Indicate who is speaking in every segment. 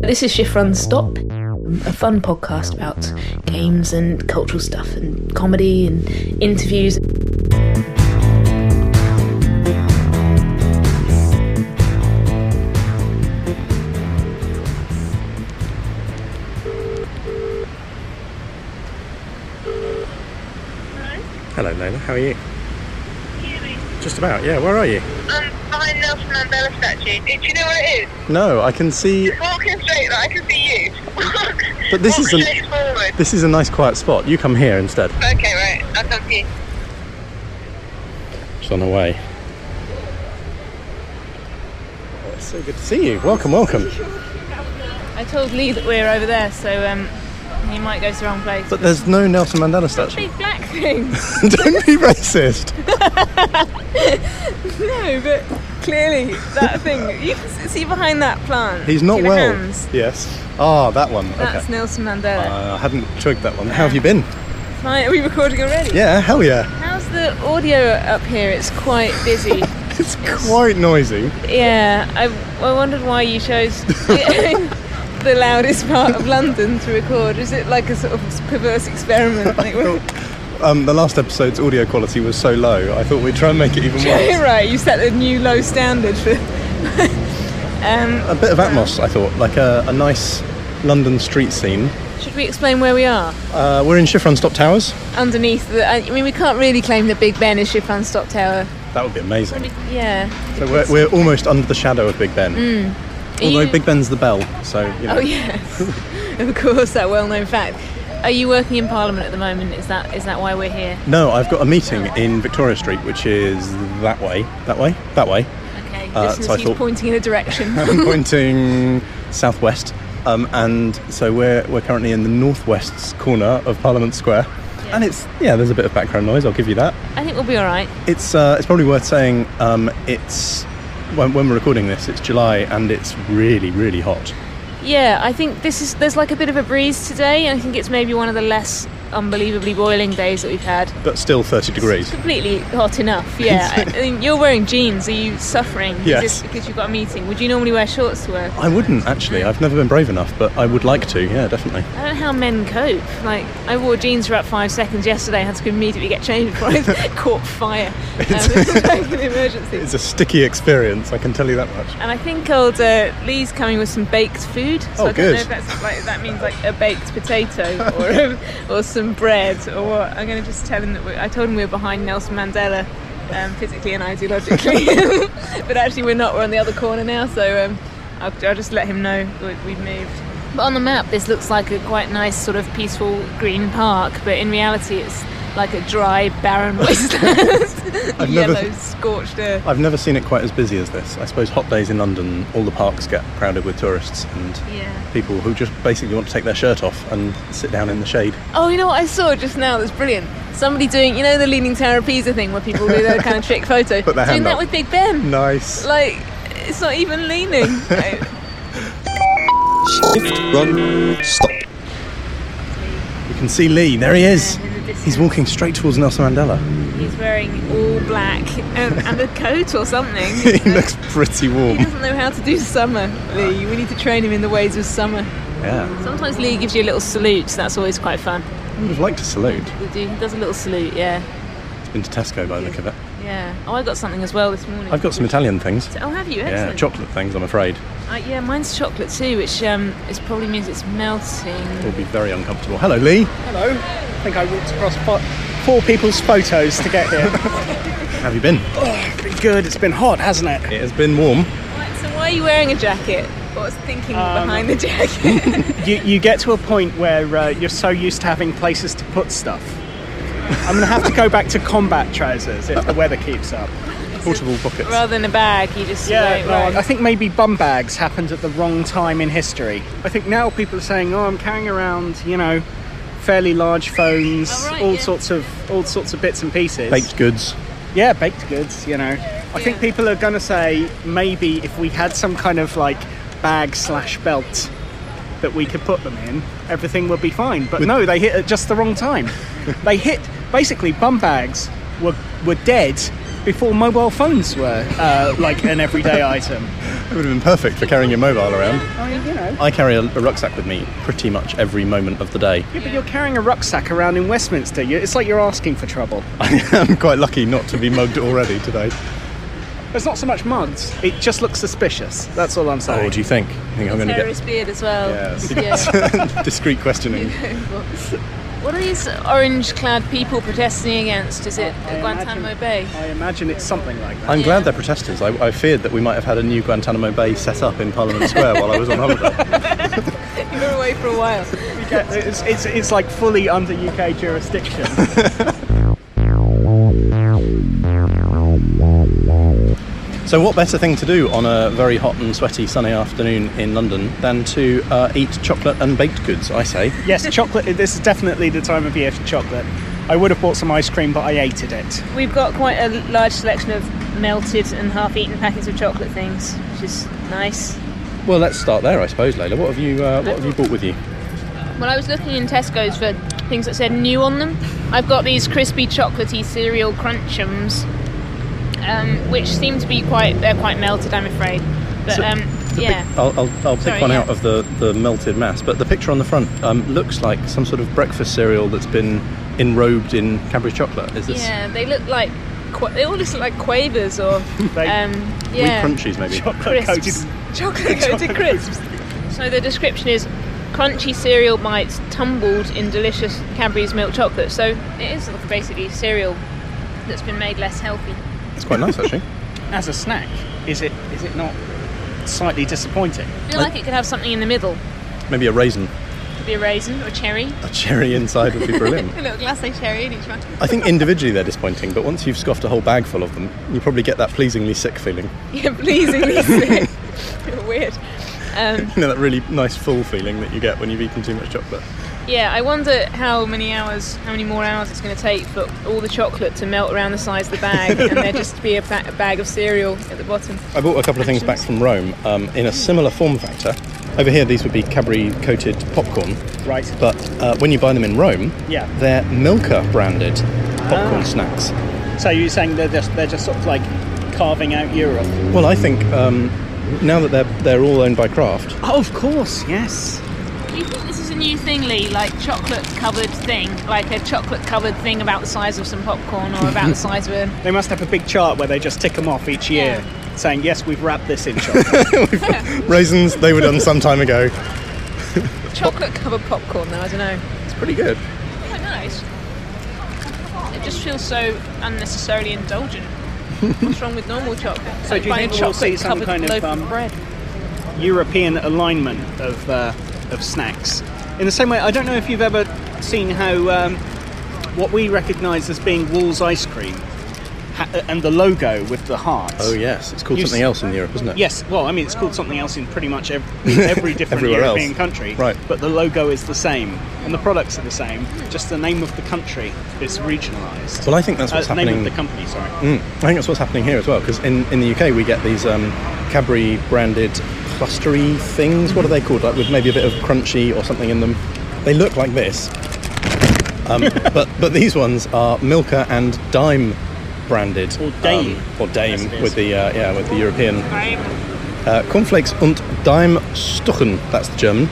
Speaker 1: This is Shift Run Stop, a fun podcast about games and cultural stuff and comedy and interviews.
Speaker 2: Hello, Lola. How are you? Just about. Yeah. Where are you?
Speaker 3: I'm behind Nelson Mandela statue. Do you know what it is?
Speaker 2: No, I can see.
Speaker 3: Walking straight, like I can see you.
Speaker 2: But this
Speaker 3: Walk
Speaker 2: isn't-
Speaker 3: straight forward.
Speaker 2: This is a nice, quiet spot. You come here instead.
Speaker 3: Okay, right. I'll come to you.
Speaker 2: Just on the way. Oh, it's so good to see you. Welcome, welcome.
Speaker 4: I told Lee that we were over there, so um, he might go to the wrong place.
Speaker 2: But there's no Nelson Mandela statue.
Speaker 4: Big black thing.
Speaker 2: Don't be racist.
Speaker 4: no, but clearly that thing. You can s- see behind that plant.
Speaker 2: He's not
Speaker 4: see the
Speaker 2: well.
Speaker 4: hands?
Speaker 2: Yes. Ah, that one.
Speaker 4: That's
Speaker 2: okay.
Speaker 4: Nelson Mandela.
Speaker 2: Uh, I hadn't twigged that one. How have you been?
Speaker 4: Fine, Are we recording already?
Speaker 2: Yeah. Hell yeah.
Speaker 4: How's the audio up here? It's quite busy.
Speaker 2: It's quite noisy.
Speaker 4: yeah, I, I wondered why you chose the loudest part of London to record. Is it like a sort of perverse experiment? Like, well,
Speaker 2: Um, the last episode's audio quality was so low. I thought we'd try and make it even worse.
Speaker 4: right, you set a new low standard for. um,
Speaker 2: A bit of Atmos, I thought, like a, a nice London street scene.
Speaker 4: Should we explain where we are?
Speaker 2: Uh, we're in Chiffron Stop Towers.
Speaker 4: Underneath the. I mean, we can't really claim the Big Ben is Chiffron's stop tower.
Speaker 2: That would be amazing.
Speaker 4: Yeah.
Speaker 2: So we're, we're almost under the shadow of Big Ben.
Speaker 4: Mm. Are
Speaker 2: Although
Speaker 4: you-
Speaker 2: Big Ben's the bell, so you know.
Speaker 4: Oh yes, of course, that well-known fact. Are you working in Parliament at the moment? Is that is that why we're here?
Speaker 2: No, I've got a meeting in Victoria Street, which is that way, that way, that way.
Speaker 4: Okay.
Speaker 2: Uh,
Speaker 4: listeners,
Speaker 2: so I
Speaker 4: he's
Speaker 2: thought-
Speaker 4: pointing in a direction.
Speaker 2: I'm pointing southwest, um, and so we're we're currently in the northwest corner of Parliament Square, and it's yeah, there's a bit of background noise. I'll give you that.
Speaker 4: I think we'll be all right.
Speaker 2: It's uh, it's probably worth saying um, it's when, when we're recording this, it's July and it's really really hot.
Speaker 4: Yeah, I think this is. There's like a bit of a breeze today, and I think it's maybe one of the less unbelievably boiling days that we've had.
Speaker 2: but still 30 degrees.
Speaker 4: Completely hot enough. Yeah. I, I mean, you're wearing jeans. Are you suffering?
Speaker 2: Yes.
Speaker 4: Is this because you've got a meeting? Would you normally wear shorts to work?
Speaker 2: I wouldn't actually. I've never been brave enough, but I would like to. Yeah, definitely.
Speaker 4: I don't know how men cope. Like, I wore jeans for about five seconds yesterday. I had to immediately get changed before I caught fire. Um, it was like an emergency.
Speaker 2: It's a sticky experience. I can tell you that much.
Speaker 4: and I think old uh, Lee's coming with some baked food. So
Speaker 2: Oh,
Speaker 4: I don't
Speaker 2: good.
Speaker 4: know if that's like that means like a baked potato or um, or some bread or what. I'm going to just tell him that we I told him we were behind Nelson Mandela um, physically and ideologically, but actually we're not. We're on the other corner now, so um, I'll, I'll just let him know that we've moved. But on the map, this looks like a quite nice sort of peaceful green park, but in reality, it's like a dry, barren wasteland,
Speaker 2: never-
Speaker 4: yellow, scorched earth.
Speaker 2: I've never seen it quite as busy as this. I suppose hot days in London, all the parks get crowded with tourists and
Speaker 4: Yeah.
Speaker 2: people who just basically want to take their shirt off and sit down in the shade.
Speaker 4: Oh, you know what I saw just now? That's brilliant. Somebody doing, you know, the leaning tower of Pisa thing where people do that kind of trick photo.
Speaker 2: Put their
Speaker 4: doing
Speaker 2: hand
Speaker 4: that
Speaker 2: up.
Speaker 4: with Big Ben.
Speaker 2: Nice.
Speaker 4: Like, it's not even leaning. Like,
Speaker 2: Shift, run, stop. You can see Lee. There he is.
Speaker 4: Yeah, in the distance.
Speaker 2: He's walking straight towards Nelson Mandela.
Speaker 4: He's wearing all black and, and a coat or something.
Speaker 2: he looks pretty
Speaker 4: He
Speaker 2: warm.
Speaker 4: doesn't know how to do summer, Lee. We need to train him in the ways of summer.
Speaker 2: Yeah.
Speaker 4: Sometimes Lee gives you a little salute. so That's always quite fun.
Speaker 2: I would have liked to salute.
Speaker 4: He do- he does a little salute, yeah.
Speaker 2: It's been to Tesco by the look of it.
Speaker 4: Yeah. Oh, I got something as well this morning.
Speaker 2: I've got some Italian things.
Speaker 4: Oh, have you?
Speaker 2: Yeah,
Speaker 4: Excellent.
Speaker 2: chocolate things, I'm afraid.
Speaker 4: Uh, yeah, mine's chocolate too, which um, is probably means it's melting.
Speaker 2: Will be very uncomfortable. Hello, Lee.
Speaker 5: Hello. I think I walked across fo- four people's photos to get here.
Speaker 2: How have you been?
Speaker 5: Pretty good. It's been hot, hasn't it?
Speaker 2: It has been warm.
Speaker 4: Right, so why are you wearing a jacket? What's thinking behind the jacket?
Speaker 5: You, you get to a point where uh, you're so used to having places to put stuff. I'm gonna have to go back to combat trousers if the weather keeps up.
Speaker 2: Portable pockets.
Speaker 4: Rather than a bag, you just wear it
Speaker 5: no,
Speaker 4: around.
Speaker 5: I think maybe bum bags happened at the wrong time in history. I think now people are saying, "Oh, I'm carrying around, you know, fairly large phones,
Speaker 4: Oh, right,
Speaker 5: all
Speaker 4: yeah.
Speaker 5: sorts of all sorts of bits and pieces."
Speaker 2: Baked goods.
Speaker 5: Yeah, baked goods, you know. I think people are going to say maybe if we had some kind of like bag slash belt that we could put them in, everything would be fine. But no, they hit at just the wrong time. they hit basically bum bags were were dead before mobile phones were uh, like an everyday item.
Speaker 2: It would have been perfect for carrying your mobile around.
Speaker 5: I mean, you know.
Speaker 2: I carry a, a rucksack with me pretty much every moment of the day.
Speaker 5: Yeah, but you're carrying a rucksack around in Westminster. You, it's like you're asking for trouble.
Speaker 2: I'm quite lucky not to be mugged already today.
Speaker 5: It's not so much mugs. It just looks suspicious. That's all I'm
Speaker 2: Oh,
Speaker 5: saying.
Speaker 2: do you think? I think I'm going to
Speaker 4: Terrorist
Speaker 2: get
Speaker 4: beard as well.
Speaker 2: Yes.
Speaker 4: Yeah.
Speaker 2: discreet questioning.
Speaker 4: what are these orange-clad people protesting against? Is it
Speaker 5: I
Speaker 4: Guantanamo
Speaker 5: imagine-
Speaker 4: Bay?
Speaker 5: I imagine it's something like that.
Speaker 2: I'm glad they're protesters. I, I feared that we might have had a new Guantanamo Bay set up in Parliament Square while I was on holiday.
Speaker 4: You were away for a while.
Speaker 5: It's, it's, it's like fully under UK jurisdiction.
Speaker 2: So, what better thing to do on a very hot and sweaty sunny afternoon in London than to uh, eat chocolate and baked goods? I say.
Speaker 5: yes, chocolate. This is definitely the time of year for chocolate. I would have bought some ice cream, but I hated it.
Speaker 4: We've got quite a large selection of melted and half-eaten packets of chocolate things, which is nice.
Speaker 2: Well, let's start there, I suppose, Layla. What have you uh, What have you brought with you?
Speaker 4: Well, I was looking in Tesco's for things that said new on them. I've got these crispy chocolatey cereal crunchums, um, which seem to be quite they're quite melted, I'm afraid. But um, yeah,
Speaker 2: I'll, I'll, I'll pick
Speaker 4: Sorry,
Speaker 2: one
Speaker 4: yeah.
Speaker 2: out of the, the melted mass, but the picture on the front um, looks like some sort of breakfast cereal that's been enrobed in Cadbury chocolate. Is this
Speaker 4: yeah, they look like qu- they all look like quavers or
Speaker 5: They-
Speaker 4: um,
Speaker 2: wheat
Speaker 4: yeah.
Speaker 2: crunchies maybe?
Speaker 5: Chocolate
Speaker 4: crisps.
Speaker 5: coated.
Speaker 4: Chocolate coated crisps. So the description is crunchy cereal bites tumbled in delicious Cadbury's milk chocolate. So it is basically cereal that's been made less healthy.
Speaker 2: It's quite nice actually.
Speaker 5: As a snack, is it is it not slightly disappointing?
Speaker 4: I feel like it could have something in the middle.
Speaker 2: maybe a raisin,
Speaker 4: Could be a raisin or cherry.
Speaker 2: a cherry inside would be brilliant.
Speaker 4: A little glass of cherry in each one.
Speaker 2: I think individually they're disappointing, but once you've scoffed a whole bag full of them, you probably get that pleasingly sick feeling.
Speaker 4: Yeah, pleasingly sick. Weird. Um,
Speaker 2: You know, that really nice full feeling that you get when you've eaten too much chocolate.
Speaker 4: yeah, I wonder how many hours, how many more hours it's going to take for all the chocolate to melt around the size of the bag, and there just be a, ba- a bag of cereal at the bottom.
Speaker 2: I bought a couple of things back from Rome um, in a similar form factor. Over here, these would be Cadbury coated popcorn,
Speaker 5: Right.
Speaker 2: but uh, when you buy them in Rome,
Speaker 5: Yeah. Ah.
Speaker 2: they're Milka branded popcorn snacks.
Speaker 5: So you're saying they're just they're just sort of like carving out Europe?
Speaker 2: Well, I think um, now that they're, they're all owned by Kraft,
Speaker 5: Oh, of course, yes.
Speaker 4: Do you think this is a new thing, Lee? Like chocolate covered thing, like a chocolate covered thing about the size of some popcorn or about the size of a.
Speaker 5: They must have a big chart where they just tick them off each year, saying yes, we've wrapped this in chocolate.
Speaker 2: raisins, they were done some time ago.
Speaker 4: Chocolate covered popcorn, though, I don't know.
Speaker 2: It's pretty good.
Speaker 4: Quite nice. It just feels so unnecessarily indulgent. What's wrong with normal chocolate?
Speaker 5: So do you
Speaker 4: Buying
Speaker 5: think we'll see some
Speaker 4: chocolate-covered
Speaker 5: kind of,
Speaker 4: loaf
Speaker 5: um,
Speaker 4: bread?
Speaker 5: European alignment of uh, of snacks. In the same way, I don't know if you've ever seen how um, what we recognise as being Wool's ice cream ha- uh, and the logo with the heart.
Speaker 2: Oh, yes, it's called
Speaker 5: You
Speaker 2: something
Speaker 5: s-
Speaker 2: else in Europe, isn't it?
Speaker 5: Yes, well, I mean, it's called something else in pretty much every, every different
Speaker 2: Everywhere
Speaker 5: European
Speaker 2: else.
Speaker 5: country.
Speaker 2: Right.
Speaker 5: But the logo is the same, and the products are the same. Just the name of the country is regionalised.
Speaker 2: Well, I think that's what's
Speaker 5: uh,
Speaker 2: happening.
Speaker 5: Name of the company, sorry.
Speaker 2: Mm. I think that's what's happening here as well, because in, in the UK we get these um, Cadbury branded clustery things. What are they called? Like with maybe a bit of crunchy or something in them. They look like this, um, but but these ones are Milka and Dime branded, um,
Speaker 5: Or Dame.
Speaker 2: or
Speaker 5: Yes,
Speaker 2: Dame
Speaker 5: it is.
Speaker 2: with the uh, yeah with the European uh, cornflakes und Dime Stochen. That's the German.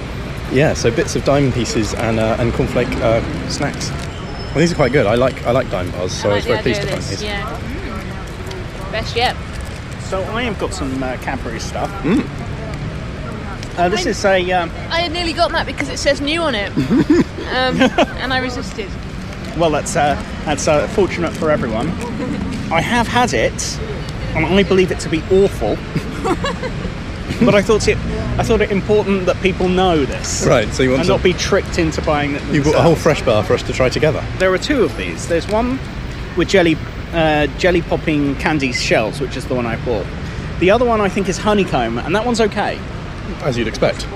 Speaker 2: Yeah, so bits of dime pieces and uh, and cornflake uh, snacks. Well, these are quite good. I like I like dime bars, so I, was
Speaker 4: like the
Speaker 2: very
Speaker 4: idea
Speaker 2: pleased to
Speaker 4: of
Speaker 2: find
Speaker 4: this,
Speaker 2: these.
Speaker 4: Yeah. Mm. Best yet.
Speaker 5: So I have got some uh, Cadbury stuff.
Speaker 2: Mm.
Speaker 5: Uh, this is a. Um,
Speaker 4: I had nearly got that because it says new on it, um, and I resisted.
Speaker 5: Well, that's uh, that's uh, fortunate for everyone. I have had it, and I believe it to be awful. but I thought it, I thought it important that people know this,
Speaker 2: Right, so you want
Speaker 5: and
Speaker 2: some-
Speaker 5: not be tricked into buying it.
Speaker 2: You bought a
Speaker 5: themselves.
Speaker 2: whole fresh bar for us to try together.
Speaker 5: There are two of these. There's one with jelly, uh, jelly popping candy shells, which is the one I bought. The other one I think is honeycomb, and that one's okay.
Speaker 2: As you'd expect.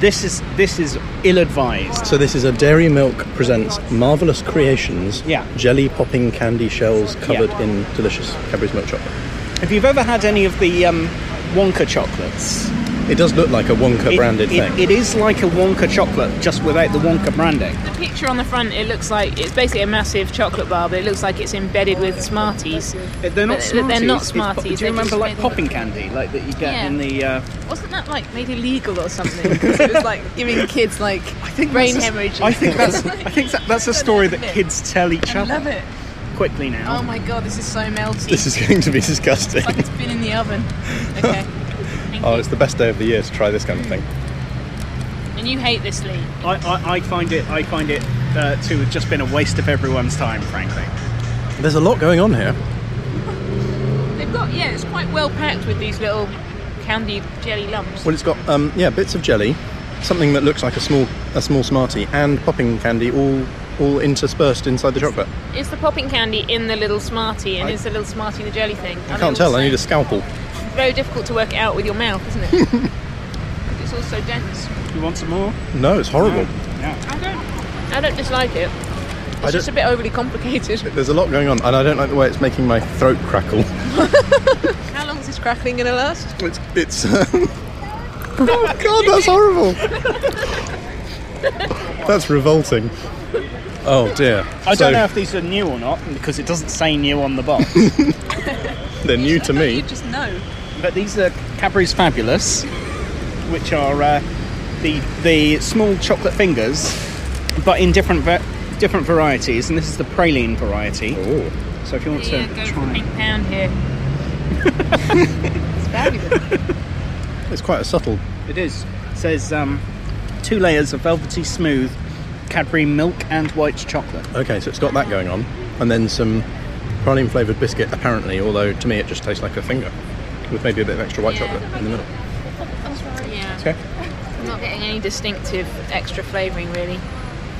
Speaker 5: This is this is ill-advised.
Speaker 2: So this is a Dairy Milk presents marvelous creations.
Speaker 5: Yeah.
Speaker 2: Jelly popping candy shells covered
Speaker 5: Yeah.
Speaker 2: in delicious Cadbury's milk chocolate.
Speaker 5: If you've ever had any of the um, Wonka chocolates,
Speaker 2: It does look like a Wonka
Speaker 5: It-
Speaker 2: branded
Speaker 5: it-
Speaker 2: thing.
Speaker 5: it is like a Wonka chocolate, just without the Wonka branding.
Speaker 4: The picture on the front, it looks like it's basically a massive chocolate bar, but it looks like it's embedded with Smarties.
Speaker 5: But They're not
Speaker 4: But
Speaker 5: Smarties.
Speaker 4: they're not
Speaker 5: it's pop-
Speaker 4: Smarties,
Speaker 5: do you
Speaker 4: they're
Speaker 5: remember
Speaker 4: just
Speaker 5: like
Speaker 4: made-
Speaker 5: popping candy, like that you get
Speaker 4: Yeah.
Speaker 5: in the? Uh,
Speaker 4: Wasn't that like made illegal or something? 'Cause it was like giving kids like brain
Speaker 5: that's a-
Speaker 4: hemorrhage.
Speaker 5: I think that's. I think that, that's a story that kids tell each
Speaker 4: I
Speaker 5: other.
Speaker 4: love it.
Speaker 5: Quickly
Speaker 4: Oh
Speaker 5: now.
Speaker 4: my god, this is so melty.
Speaker 2: This is going to be disgusting.
Speaker 4: like it's been in the oven. Okay. Thank
Speaker 2: Oh,
Speaker 4: you.
Speaker 2: it's the best day of the year to try this kind of thing.
Speaker 4: And you hate this, Lee.
Speaker 5: I, I, I find it. I find it uh, to have just been a waste of everyone's time, frankly.
Speaker 2: There's a lot going on here.
Speaker 4: They've got yeah, it's quite well packed with these little candied jelly lumps.
Speaker 2: Well, it's got um, yeah bits of jelly, something that looks like a small a small smartie, and popping candy all all interspersed inside the chocolate.
Speaker 4: Is the popping candy in the little smartie, and
Speaker 2: I-
Speaker 4: is the little smartie the jelly thing?
Speaker 2: I can't tell. I need a scalpel.
Speaker 4: It's very difficult to work it out with your mouth, isn't it? 'Cause it's all so dense.
Speaker 5: You want some more?
Speaker 2: No, it's horrible.
Speaker 5: Yeah.
Speaker 4: I don't. I don't dislike it. It's just a
Speaker 2: don't-
Speaker 4: bit overly complicated.
Speaker 2: There's a lot going on, and I don't like the way it's making my throat crackle.
Speaker 4: How long is this crackling gonna last?
Speaker 2: It's it's. Um... oh God, that's horrible. that's revolting. Oh dear.
Speaker 5: I
Speaker 2: So,
Speaker 5: don't know if these are new or not because it doesn't say new on the box.
Speaker 2: they're new to me.
Speaker 4: You just know.
Speaker 5: But these are Cadbury's Fabulous, which are uh, the the small chocolate fingers, but in different va- different varieties. And this is the praline variety.
Speaker 2: Ooh.
Speaker 5: So if you want
Speaker 4: Yeah,
Speaker 5: to
Speaker 4: go for
Speaker 5: try,
Speaker 4: eight pound here. it's fabulous.
Speaker 2: It's quite a subtle.
Speaker 5: it is it says um, two layers of velvety smooth Cadbury milk and white chocolate.
Speaker 2: Okay, so it's got that going on, and then some praline flavored biscuit apparently. Although to me it just tastes like a finger, with maybe a bit of extra white
Speaker 4: Yeah.
Speaker 2: chocolate in the middle.
Speaker 4: Yeah.
Speaker 2: Okay.
Speaker 4: I'm not getting any distinctive extra flavouring really.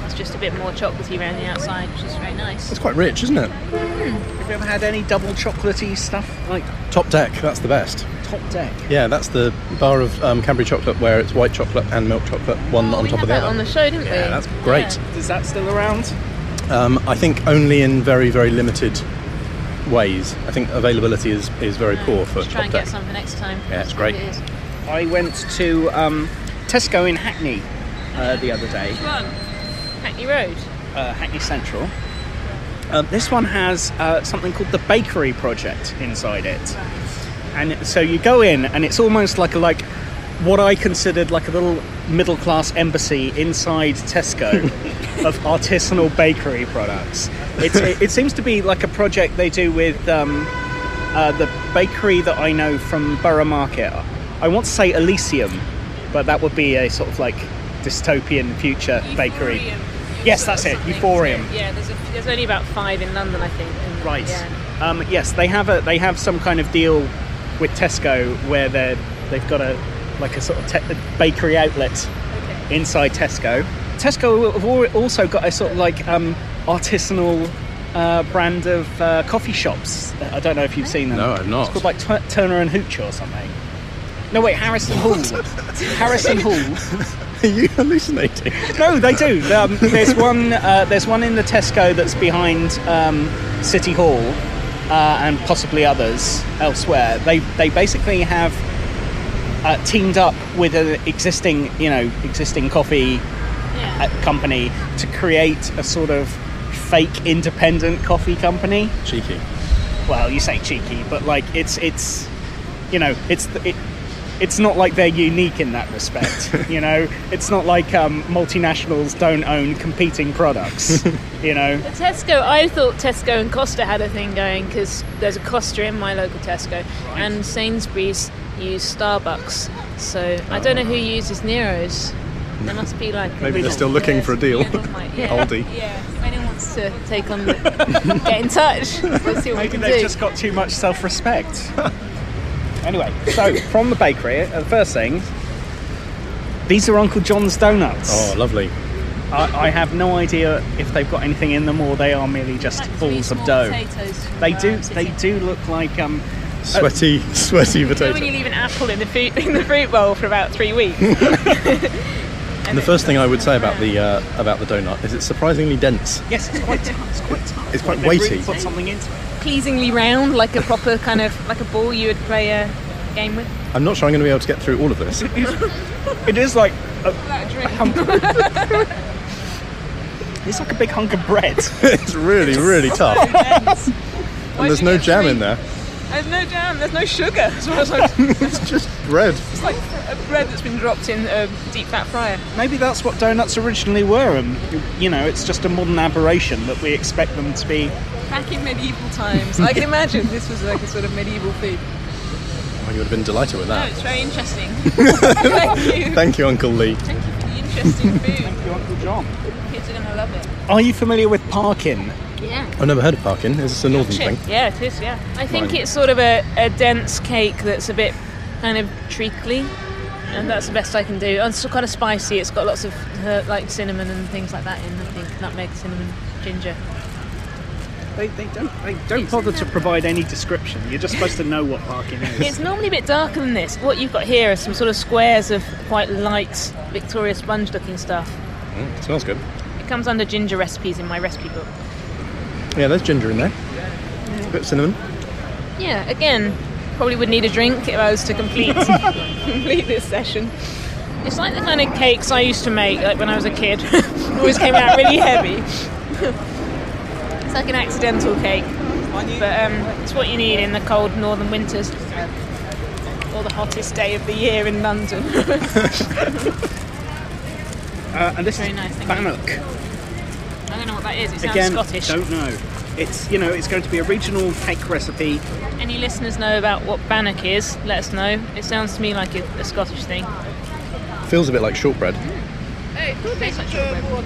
Speaker 4: It's just a bit more chocolatey around the outside, which is very nice.
Speaker 2: It's quite rich, isn't it?
Speaker 5: Have you ever had any double chocolatey stuff like
Speaker 2: Top deck, that's the best.
Speaker 5: Top Deck?
Speaker 2: Yeah, that's the bar of um, Cadbury chocolate where it's white chocolate and milk chocolate, one on
Speaker 4: we
Speaker 2: top
Speaker 4: had
Speaker 2: of the
Speaker 4: that
Speaker 2: other.
Speaker 4: on the show, didn't we?
Speaker 2: yeah, that's great.
Speaker 5: Is that still around?
Speaker 2: Um, I think only in very, very limited ways. I think availability is, is very poor for
Speaker 4: Let's try
Speaker 2: top
Speaker 4: and
Speaker 2: deck.
Speaker 4: get some for next time.
Speaker 2: Yeah, it's
Speaker 4: That's
Speaker 2: great.
Speaker 4: what it is.
Speaker 5: I went to um, Tesco in Hackney uh, the other day.
Speaker 4: One. Hackney Road.
Speaker 5: uh, Hackney Central. Um, this one has uh, something called the Bakery Project inside it, and it- so you go in, and it's almost like a like what I considered like a little middle class embassy inside Tesco of artisanal bakery products. It, it, it seems to be like a project they do with um, uh, the bakery that I know from Borough Market. I want to say Elysium, but that would be a sort of like dystopian future bakery.
Speaker 4: Euphorium.
Speaker 5: Yes, that's it,
Speaker 4: Something.
Speaker 5: Euphorium.
Speaker 4: Yeah, there's, a, there's only about five in London, I think. and-
Speaker 5: Right.
Speaker 4: Yeah.
Speaker 5: Um, yes, they have a they have some kind of deal with Tesco where they are they've got a like a sort of te- bakery outlet
Speaker 4: Okay.
Speaker 5: inside Tesco. Tesco have al- also got a sort of like um, artisanal uh, brand of uh, coffee shops. I don't know if you've seen them.
Speaker 2: No, I've not.
Speaker 5: It's called like T- Turner and Hooch or something. No, wait, Harrison Hall. Harrison Hall.
Speaker 2: Are you hallucinating?
Speaker 5: No, they do. Um, there's one. Uh, there's one in the Tesco that's behind um, City Hall, uh, and possibly others elsewhere. They they basically have uh, teamed up with an existing, you know, existing coffee uh,
Speaker 4: Yeah.
Speaker 5: company to create a sort of fake independent coffee company.
Speaker 2: Cheeky.
Speaker 5: Well, you say cheeky, but like it's it's, you know, it's the, it. It's not like they're unique in that respect, you know. It's not like um, multinationals don't own competing products, you know.
Speaker 4: But Tesco, I thought Tesco and Costa had a thing going because there's a Costa in my local Tesco, and Sainsbury's use Starbucks. So I don't know who uses Nero's. There must be like a
Speaker 2: Maybe they're
Speaker 4: little-
Speaker 2: still looking for a deal.
Speaker 4: Yeah, they might, yeah.
Speaker 2: Aldi.
Speaker 4: Yeah, if anyone wants to take on, the, get in touch. We'll see what we
Speaker 5: Maybe
Speaker 4: can
Speaker 5: they've
Speaker 4: do.
Speaker 5: just got too much self-respect. anyway, so from the bakery, uh, the first thing, these are Uncle John's donuts.
Speaker 2: Oh, lovely.
Speaker 5: I, I have no idea if they've got anything in them or they are merely just
Speaker 4: Like three
Speaker 5: balls of
Speaker 4: small
Speaker 5: dough.
Speaker 4: potatoes
Speaker 5: They
Speaker 4: where
Speaker 5: do.
Speaker 4: I'm
Speaker 5: They
Speaker 4: sitting.
Speaker 5: do look like um,
Speaker 2: Sweaty, sweaty
Speaker 4: You know when you
Speaker 2: potato.
Speaker 4: leave an apple in the fruit in the fruit bowl for about three weeks.
Speaker 2: The first thing I would say about the uh, about the donut is it's surprisingly dense.
Speaker 5: Yes, it's quite tough. It's quite tough.
Speaker 2: It's quite
Speaker 5: They really
Speaker 2: weighty.
Speaker 5: put something into it.
Speaker 4: pleasingly round, like a proper kind of like a ball you would play a game with.
Speaker 2: I'm not sure I'm going to be able to get through all of this.
Speaker 5: It is like
Speaker 4: That drink.
Speaker 5: it's like a big hunk of bread.
Speaker 2: it's really, really tough.
Speaker 4: Yes.
Speaker 2: And there's no jam in there.
Speaker 4: There's no jam. There's no sugar. It's almost like,
Speaker 2: It's just bread.
Speaker 4: it's like a bread that's been dropped in a deep fat fryer.
Speaker 5: Maybe that's what donuts originally were, and you know, it's just a modern aberration that we expect them to be.
Speaker 4: Back in medieval times, I can imagine this was like a sort of medieval food.
Speaker 2: Oh, you would have been delighted with that.
Speaker 4: it's very interesting. Thank you.
Speaker 2: Thank you, Uncle Lee.
Speaker 4: Thank you for the interesting food.
Speaker 5: Your Uncle John.
Speaker 4: Kids are gonna love it.
Speaker 5: Are you familiar with parkin?
Speaker 4: Yeah.
Speaker 2: I've never heard of parkin. Is this a northern thing?
Speaker 4: Yeah, it is. Yeah, I think
Speaker 2: Right.
Speaker 4: it's sort of a, a dense cake that's a bit kind of treacly, and that's the best I can do. And it's kind of spicy. It's got lots of uh, like cinnamon and things like that in. I think nutmeg, cinnamon, ginger.
Speaker 5: They, they don't they don't bother to provide any description. You're just supposed to know what parkin
Speaker 4: It's
Speaker 5: is.
Speaker 4: normally a bit darker than this. What you've got here are some sort of squares of quite light Victoria sponge-looking stuff.
Speaker 2: Mm, smells good.
Speaker 4: It comes under ginger recipes in my recipe book.
Speaker 2: Yeah, there's ginger in there. A bit of cinnamon.
Speaker 4: Yeah, again, probably would need a drink if I was to complete complete this session. It's like the kind of cakes I used to make like when I was a kid. Always came out really heavy. it's like an accidental cake. But um, it's what you need in the cold northern winters. Or the hottest day of the year in London.
Speaker 5: Uh, and this
Speaker 4: Very
Speaker 5: is
Speaker 4: nice, thank you.
Speaker 5: bannock.
Speaker 4: I don't know what that is. It sounds
Speaker 5: Again,
Speaker 4: Scottish.
Speaker 5: don't know. It's you know it's going to be a regional cake recipe.
Speaker 4: Any listeners know about what bannock is? Let us know. It sounds to me like a, a Scottish thing.
Speaker 2: Feels a bit like shortbread.
Speaker 4: Tastes like shortbread.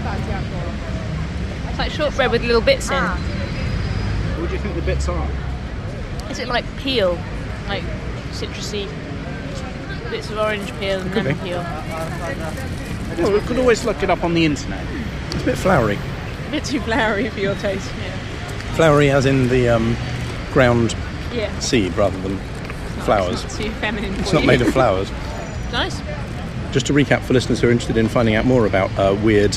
Speaker 4: It's like shortbread with little bits in.
Speaker 5: What do you think the bits are?
Speaker 4: Is it like peel? Like citrusy bits of orange peel and lemon
Speaker 2: be.
Speaker 4: peel.
Speaker 5: Well, we could always look it up on the internet.
Speaker 2: It's a bit floury.
Speaker 4: A bit too flowery for your taste.
Speaker 2: Floury as in the um, ground
Speaker 4: Yeah. yeah.
Speaker 2: seed rather than flowers.
Speaker 4: It's not too feminine.
Speaker 2: It's not made of flowers.
Speaker 4: Nice.
Speaker 2: Just to recap for listeners who are interested in finding out more about uh, weird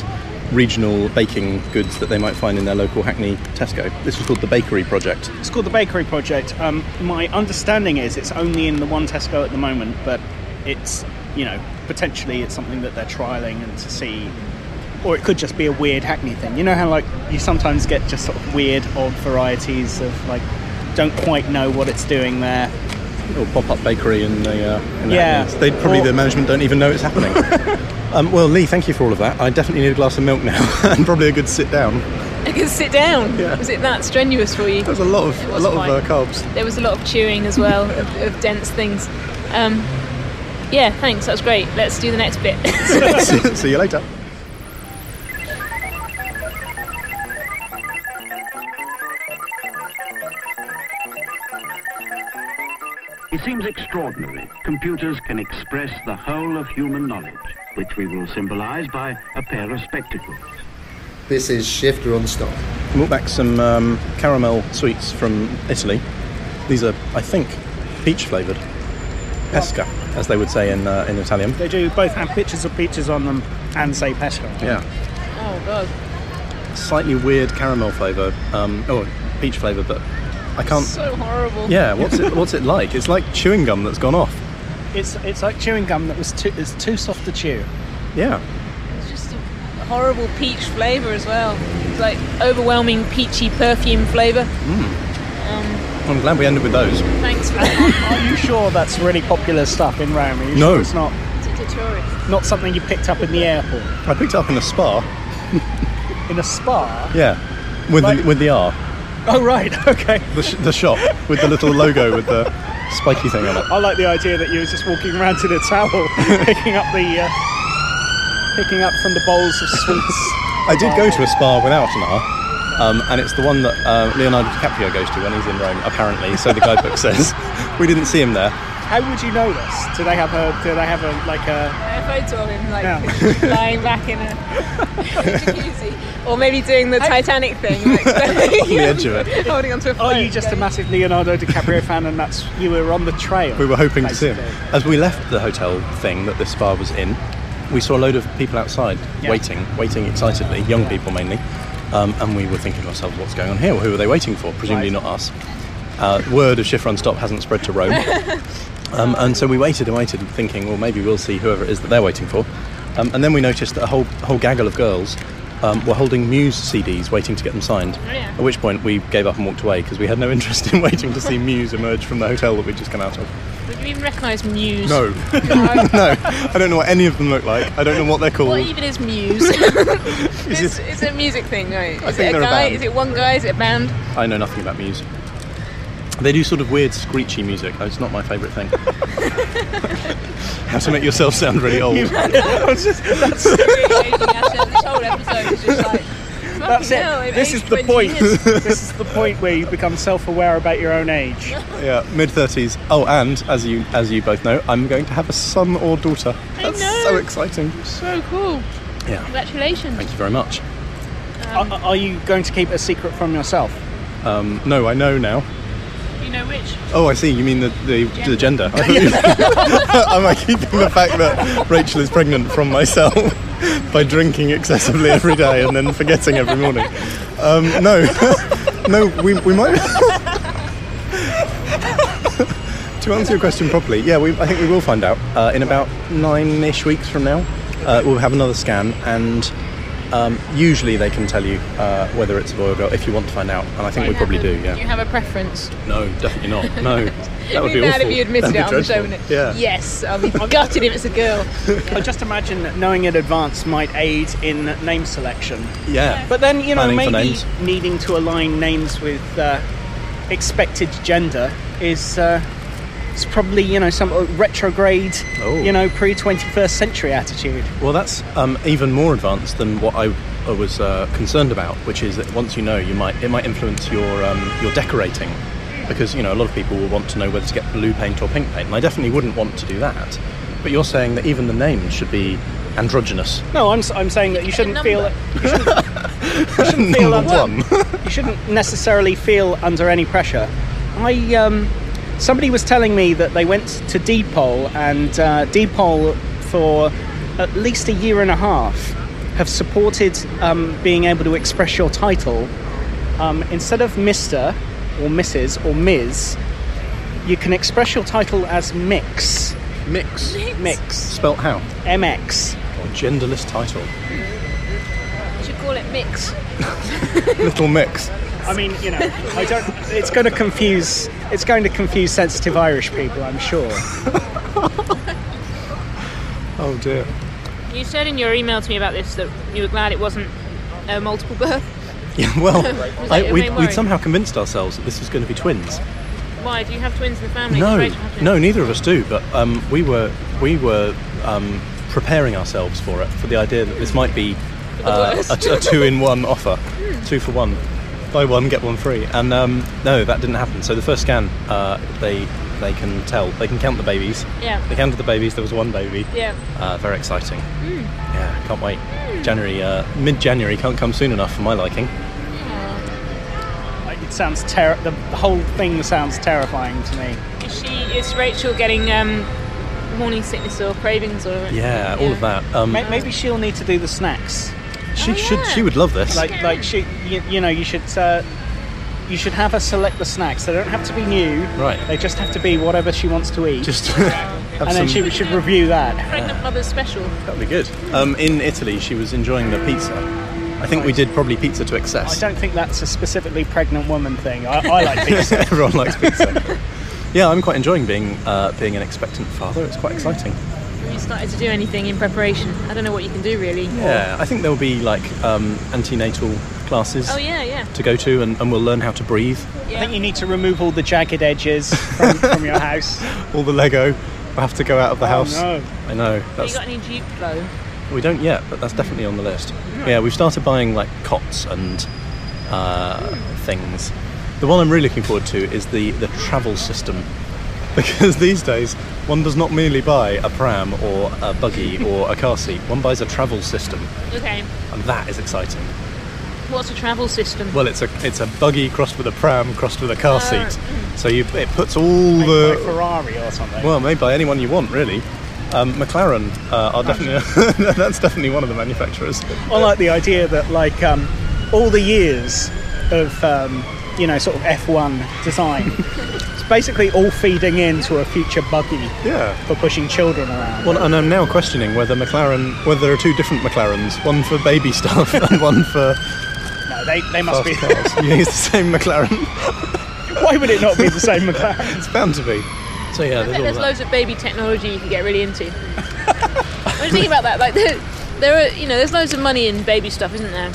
Speaker 2: regional baking goods that they might find in their local Hackney Tesco, this was called the Bakery Project.
Speaker 5: It's called the Bakery Project. Um, my understanding is it's only in the one Tesco at the moment, but it's you know potentially it's something that they're trialing and to see, or it could just be a weird Hackney thing. You know how like you sometimes get just sort of weird odd varieties of like don't quite know what it's doing there.
Speaker 2: Or pop up bakery in the. Uh, in
Speaker 5: Yeah.
Speaker 2: Hackney. They probably,
Speaker 5: Or-
Speaker 2: the management don't even know it's happening. um, well, Lee, thank you for all of that. I definitely need a glass of milk now and probably a good sit down.
Speaker 4: I can sit down.
Speaker 2: Yeah.
Speaker 4: Was it that strenuous for you?
Speaker 2: That was a lot of,
Speaker 4: It
Speaker 2: a
Speaker 4: was
Speaker 2: lot
Speaker 4: fine.
Speaker 2: of uh, carbs.
Speaker 4: There was a lot of chewing as well, of, of dense things. Um, yeah, thanks. That was great. Let's do the next bit.
Speaker 2: See- See you later.
Speaker 6: It seems extraordinary. Computers can express the whole of human knowledge, which we will symbolize by a pair of spectacles.
Speaker 7: This is Shift Run Stop.
Speaker 2: brought back some um, caramel sweets from Italy. These are, I think, peach flavoured. Pesca, as they would say in, uh, in Italian.
Speaker 5: They do both have pictures of peaches on them and say Pesco.
Speaker 2: Yeah.
Speaker 4: oh god.
Speaker 2: Slightly weird caramel flavour. Um, oh, peach flavour, but I can't.
Speaker 4: So horrible.
Speaker 2: yeah, what's it, what's it like? It's like chewing gum that's gone off.
Speaker 5: It's it's like chewing gum that was too it's too soft to chew.
Speaker 2: Yeah.
Speaker 4: It's just a horrible peach flavour as well. It's like overwhelming peachy perfume flavour.
Speaker 2: I'm glad we ended with those.
Speaker 4: Thanks for that.
Speaker 5: Are you sure that's really popular stuff in Rome? Are you
Speaker 2: No.
Speaker 5: sure it's not
Speaker 4: It's a tourist.
Speaker 5: not something you picked up in the airport.
Speaker 2: I picked it up in a spa.
Speaker 5: In a spa?
Speaker 2: Yeah. With,
Speaker 5: Like-
Speaker 2: the, with the R.
Speaker 5: Oh, right, okay.
Speaker 2: The, sh- the shop. With the little logo with the spiky thing on it.
Speaker 5: I like the idea that you were just walking around in a towel, picking up the. Uh, picking up from the bowls of sweets.
Speaker 2: I did go to a spa without an R, um, and it's the one that uh, Leonardo DiCaprio goes to when he's in Rome, apparently. So the guidebook says. We didn't see him there.
Speaker 5: How would you know this? Do they have a. Do they have a. like a.
Speaker 4: A photo of him like
Speaker 5: Yeah.
Speaker 4: lying back in a jacuzzi, or maybe doing the Titanic thing, like on
Speaker 2: the edge of it.
Speaker 4: holding onto a.
Speaker 5: Are
Speaker 4: float,
Speaker 5: you just a
Speaker 4: going-
Speaker 5: massive Leonardo DiCaprio fan and that's. you were on the trail?
Speaker 2: We were hoping to see him.
Speaker 5: basically?
Speaker 2: As we left the hotel thing that this spa was in, we saw a load of people outside
Speaker 5: Yeah.
Speaker 2: waiting, waiting excitedly, young people mainly. Um, and we were thinking to ourselves, what's going on here? Who are they waiting for? Presumably
Speaker 5: Right.
Speaker 2: not us. Uh, word of Chiffron Stop hasn't spread to Rome. Um, and so we waited and waited, thinking, well, maybe we'll see whoever it is that they're waiting for. Um, and then we noticed that a whole whole gaggle of girls um, were holding Muse CDs, waiting to get them signed.
Speaker 4: yeah.
Speaker 2: At which point we gave up and walked away because we had no interest in waiting to see Muse emerge from the hotel that we'd just come out of.
Speaker 4: Would you even recognise Muse?
Speaker 2: No, no, I don't know what any of them look like. I don't know what they're called.
Speaker 4: What even is Muse?
Speaker 2: It's
Speaker 4: it's,
Speaker 2: just-
Speaker 4: it's a music thing, right? Is
Speaker 2: think
Speaker 4: it a
Speaker 2: they're a
Speaker 4: guy?
Speaker 2: band.
Speaker 4: Is it one guy? Is it a band?
Speaker 2: I know nothing about Muse. They do sort of weird screechy music. It's not my favourite thing. How to make yourself sound really old.
Speaker 4: this whole episode is just like.
Speaker 5: That's it. This is the point. this is the point where you become self-aware about your own age.
Speaker 2: yeah, mid thirties. Oh, and as you as you both know, I'm going to have a son or daughter. That's
Speaker 4: know.
Speaker 2: so exciting.
Speaker 4: So cool.
Speaker 2: Yeah.
Speaker 4: Congratulations.
Speaker 2: Thank you very much.
Speaker 5: Are, are you going to keep a secret from yourself?
Speaker 2: Um, no, I know now.
Speaker 4: You know which?
Speaker 2: Oh, I see. You mean the the gender? The gender. I thought you- Am I keeping the fact that Rachel is pregnant from myself by drinking excessively every day and then forgetting every morning? Um, no, no. We we might. to answer your question properly, yeah, we, I think we will find out uh, in about nine-ish weeks from now. Uh, we'll have another scan, and um, usually they can tell you uh, whether it's a boy or girl if you want to find out. And I think we probably do. Yeah.
Speaker 4: You have a preference.
Speaker 2: No, definitely not. No, that would
Speaker 4: It'd be,
Speaker 2: be
Speaker 4: bad
Speaker 2: awful.
Speaker 4: if you
Speaker 2: That'd
Speaker 4: admitted
Speaker 2: be
Speaker 4: it on the show,
Speaker 2: dreadful.
Speaker 4: wouldn't it?
Speaker 2: Yeah.
Speaker 4: Yes, I'll be gutted if it's a girl.
Speaker 5: I just imagine that knowing in advance might aid in name selection.
Speaker 2: yeah,
Speaker 5: But then, you know,
Speaker 2: Planning for
Speaker 5: maybe
Speaker 2: names.
Speaker 5: needing to align names with uh, expected gender is uh, it's probably, you know, some uh, retrograde,
Speaker 2: Oh.
Speaker 5: you know, pre 21st century attitude.
Speaker 2: Well, that's um, even more advanced than what I, I was uh, concerned about, which is that once you know, you might it might influence your um, your decorating, because you know a lot of people will want to know whether to get blue paint or pink paint, and I definitely wouldn't want to do that. But you're saying that even the names should be androgynous.
Speaker 5: No, I'm, s- I'm saying that you shouldn't feel
Speaker 2: Number
Speaker 5: like one.
Speaker 2: one.
Speaker 5: you shouldn't necessarily feel under any pressure. I um, somebody was telling me that they went to Depol and uh, Depol for at least a year and a half have supported um, being able to express your title um, instead of Mister or Mrs or Ms. You can express your title as Mix,
Speaker 2: Mix.
Speaker 5: Mix,
Speaker 2: Spelt how?
Speaker 5: MX.
Speaker 2: Or genderless title.
Speaker 4: You should call it mix.
Speaker 2: Little mix.
Speaker 5: I mean, you know, I don't. It's going to confuse. It's going to confuse sensitive Irish people, I'm sure.
Speaker 2: Oh dear.
Speaker 4: You said in your email to me about this that you were glad it wasn't a multiple birth.
Speaker 2: Yeah, well,
Speaker 4: your
Speaker 2: I,
Speaker 4: main
Speaker 2: we'd,
Speaker 4: worry?
Speaker 2: we'd somehow convinced ourselves that this was going to be twins.
Speaker 4: Why? Do you have twins in the family? Does
Speaker 2: No,
Speaker 4: Rachel have twins?
Speaker 2: no, neither of us do. But um, we were we were um, preparing ourselves for it, for the idea that this might be uh, a, a two-in-one offer,
Speaker 4: Hmm.
Speaker 2: two for one, buy one get one free. And um, no, that didn't happen. So the first scan, uh, they they can tell, they can count the babies.
Speaker 4: Yeah.
Speaker 2: They counted the babies. There was one baby.
Speaker 4: Yeah. Hmm.
Speaker 2: Uh, very exciting. Yeah, can't wait. January, uh, mid-January can't come soon enough for my liking.
Speaker 5: It sounds ter- the whole thing sounds terrifying to me.
Speaker 4: Is she is Rachel getting um, morning sickness or cravings or
Speaker 2: Yeah, all of that. Um,
Speaker 5: May- Maybe she'll need to do the snacks.
Speaker 2: she
Speaker 4: Oh,
Speaker 2: should.
Speaker 4: yeah.
Speaker 2: She would love this.
Speaker 5: Like, like she, you, you know, you should, uh, you should have her select the snacks. They don't have to be new.
Speaker 2: Right.
Speaker 5: They just have to be whatever she wants to eat.
Speaker 2: just have
Speaker 5: and
Speaker 2: some.
Speaker 5: then she should review that.
Speaker 4: Pregnant mother's special.
Speaker 2: That'd be good. Um, in Italy, she was enjoying the pizza. I think we did probably pizza to
Speaker 5: I
Speaker 2: excess.
Speaker 5: don't think that's a specifically pregnant woman thing. I, I like pizza.
Speaker 2: Everyone likes pizza. yeah, I'm quite enjoying being uh, being an expectant father. It's quite exciting.
Speaker 4: Have you started to do anything in preparation? I don't know what you can do really.
Speaker 2: Yeah, I think there'll be like um, antenatal classes
Speaker 4: Oh yeah, yeah.
Speaker 2: to go to, and, and we'll learn how to breathe.
Speaker 5: I think you need to remove all the jagged edges from, from your house.
Speaker 2: All the Lego. We'll have to go out of the house.
Speaker 5: no.
Speaker 2: I know.
Speaker 4: Oh, Have you
Speaker 2: That's,
Speaker 4: got any Duplo?
Speaker 2: we don't yet, but that's definitely on the list. Yeah, we've started buying like cots and uh, things. The one I'm really looking forward to is the, the travel system. Because these days, one does not merely buy a pram or a buggy or a car seat, one buys a travel system,
Speaker 4: Okay.
Speaker 2: and that is exciting.
Speaker 4: What's a travel system?
Speaker 2: Well, it's a, it's a buggy crossed with a pram crossed with a car
Speaker 4: Ah.
Speaker 2: seat, so you, it puts all
Speaker 5: Like
Speaker 2: the.
Speaker 5: a Ferrari or something.
Speaker 2: Well, made by anyone you want, really. Um, McLaren uh, are definitely that's definitely one of the manufacturers.
Speaker 5: I like the idea that like um, all the years of um, you know, sort of F1 design. it's basically all feeding into a future buggy
Speaker 2: Yeah.
Speaker 5: for pushing children around.
Speaker 2: Well, and I'm now questioning whether McLaren, whether there are two different McLarens, one for baby stuff and one for
Speaker 5: no, they, they must
Speaker 2: fast
Speaker 5: be.
Speaker 2: cars. You think it's the same McLaren?
Speaker 5: Why would it not be the same McLaren?
Speaker 2: It's bound to be. So yeah, there's all
Speaker 4: There's
Speaker 2: that.
Speaker 4: loads of baby technology you can get really into. I was thinking about that. Like there, there are you know there's loads of money in baby stuff, isn't there?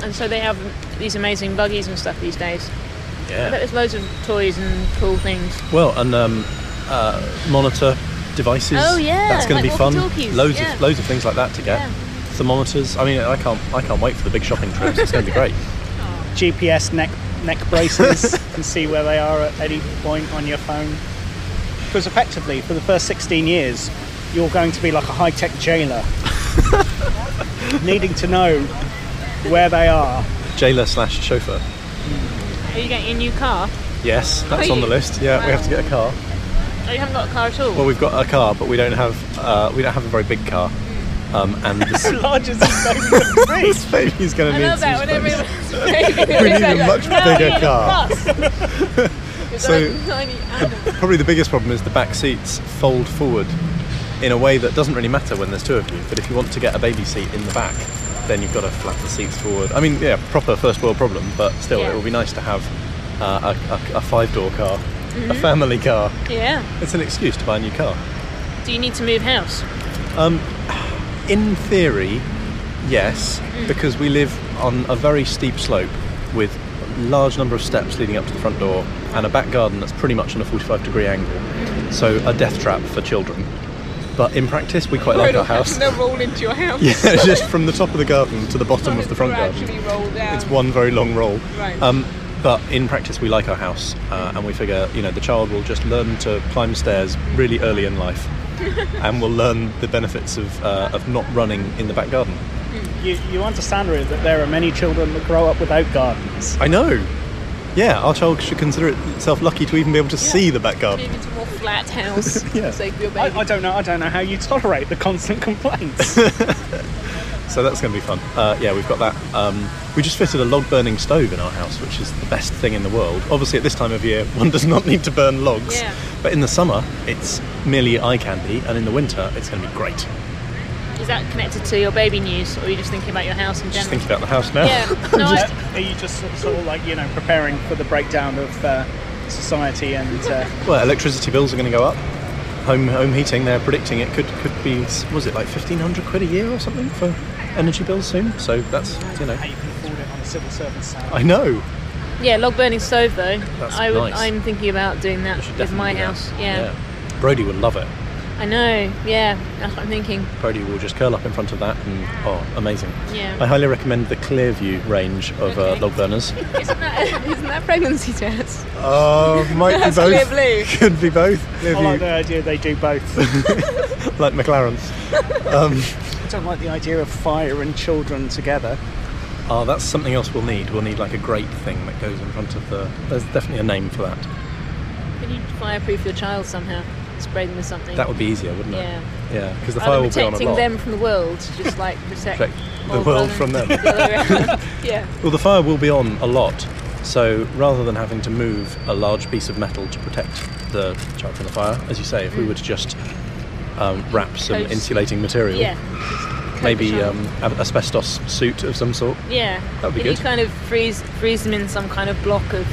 Speaker 4: And so they have these amazing buggies and stuff these days. I bet
Speaker 2: Yeah.
Speaker 4: there's loads of toys and cool things.
Speaker 2: Well, and um, uh, monitor devices.
Speaker 4: Oh, yeah,
Speaker 2: That's going
Speaker 4: like
Speaker 2: to be fun.
Speaker 4: walkie-talkies,
Speaker 2: Loads
Speaker 4: yeah.
Speaker 2: of loads of things like that to get.
Speaker 4: Yeah.
Speaker 2: Thermometers. I mean, I can't I can't wait for the big shopping trips. It's going to be great.
Speaker 5: GPS neck neck braces and see where they are at any point on your phone. Because effectively, for the first 16 years, you're going to be like a high tech jailer, needing to know where they are.
Speaker 2: Jailer slash chauffeur.
Speaker 4: Are you getting a new car?
Speaker 2: Yes, that's
Speaker 4: Are
Speaker 2: on the
Speaker 4: you?
Speaker 2: list. Yeah, we have to get a car.
Speaker 4: Oh, you haven't got a car at all.
Speaker 2: Well, we've got a car, but we don't have uh, we don't have a very big car. Um, and this,
Speaker 5: Large as the baby.
Speaker 2: this baby's going to
Speaker 4: I
Speaker 2: need
Speaker 4: love that.
Speaker 2: some
Speaker 4: When
Speaker 2: space.
Speaker 4: everyone,
Speaker 2: We need a much bigger car." So-
Speaker 4: so, tiny animal.
Speaker 2: Probably the biggest problem is the back seats fold forward in a way that doesn't really matter when there's two of you. But if you want to get a baby seat in the back, then you've got to flap the seats forward. I mean, yeah, proper first world problem, but still,
Speaker 4: Yeah.
Speaker 2: it would be nice to have uh, a, a, a five door car, a family car.
Speaker 4: Yeah.
Speaker 2: It's an excuse to buy a new car.
Speaker 4: Do you need to move house?
Speaker 2: In theory, yes, because we live on a very steep slope with a large number of steps leading up to the front door and a back garden that's pretty much on a 45 degree angle. So a death trap for children. But in practice, we quite like our house.
Speaker 4: They're roll into your house.
Speaker 2: Yeah, it's just from the top of the garden to the bottom of the front garden.
Speaker 4: Actually roll down.
Speaker 2: It's one very long roll.
Speaker 4: Right.
Speaker 2: Um, but in practice, we like our house, uh, and we figure, you know, the child will just learn to climb stairs really early in life, and will learn the benefits of uh, of not running in the back garden.
Speaker 5: You, you understand, really, that there are many children that grow up without gardens.
Speaker 2: I know. Yeah, our child should consider itself lucky to even be able to see the back garden.
Speaker 4: Move into a more flat house.
Speaker 2: Yeah.
Speaker 4: So your baby.
Speaker 5: I, I don't know. I don't know how you tolerate the constant complaints.
Speaker 2: So that's going to be fun. Uh, yeah, we've got that. Um, we just fitted a log burning stove in our house, which is the best thing in the world. Obviously, at this time of year, one does not need to burn logs.
Speaker 4: Yeah.
Speaker 2: But in the summer, it's merely eye candy, and in the winter, it's going to be great.
Speaker 4: Is that connected to your baby news, or are you just thinking about your house in
Speaker 2: Just
Speaker 4: general?
Speaker 2: thinking about the house now.
Speaker 4: yeah. No, I,
Speaker 5: are you just sort- sort of like you know preparing for the breakdown of uh, society and uh,
Speaker 2: Well, electricity bills are going to go up. Home home heating, they're predicting it could could be was it like fifteen hundred quid a year or something for energy bills soon. So that's you know.
Speaker 5: how you can afford it on a civil servant salary?
Speaker 2: I know.
Speaker 4: yeah. Log burning stove though.
Speaker 2: That's
Speaker 4: I would,
Speaker 2: nice.
Speaker 4: I'm thinking about doing that
Speaker 2: We should
Speaker 4: with
Speaker 2: definitely
Speaker 4: my
Speaker 2: do that.
Speaker 4: house. Yeah.
Speaker 2: Brody would love it.
Speaker 4: I know. Yeah. That's what I'm thinking.
Speaker 2: Brody will just curl up in front of that and oh, amazing.
Speaker 4: Yeah.
Speaker 2: I highly recommend the Clearview range of
Speaker 4: Okay.
Speaker 2: uh, log burners.
Speaker 4: Isn't that, isn't that pregnancy test?
Speaker 2: Oh, might be
Speaker 4: That's both. clear blue.
Speaker 2: Could be both.
Speaker 5: I like the idea they do both. I
Speaker 2: like McLaren's.
Speaker 5: don't like the idea of fire and children together.
Speaker 2: Oh, that's something else we'll need. We'll need like a grate thing that goes in front of the. There's definitely a name for that.
Speaker 4: Can you fireproof your child somehow? Spray them with something.
Speaker 2: That would be easier, wouldn't it?
Speaker 4: Yeah.
Speaker 2: Yeah, because the fire
Speaker 4: Either
Speaker 2: will be on a
Speaker 4: protecting
Speaker 2: lot.
Speaker 4: them from the world, just like protect
Speaker 2: Protect the
Speaker 4: all
Speaker 2: world
Speaker 4: other-
Speaker 2: from them.
Speaker 4: the other way around. yeah.
Speaker 2: Well, the fire will be on a lot, so rather than having to move a large piece of metal to protect the child from the fire, as you say, if we
Speaker 4: Mm.
Speaker 2: were to just um, wrap some
Speaker 4: Coats.
Speaker 2: insulating material,
Speaker 4: Yeah.
Speaker 2: maybe
Speaker 4: Coat
Speaker 2: um,
Speaker 4: the
Speaker 2: a- asbestos suit of some sort.
Speaker 4: Yeah.
Speaker 2: That'd be
Speaker 4: If you
Speaker 2: good.
Speaker 4: kind of freeze freeze them in some kind of block of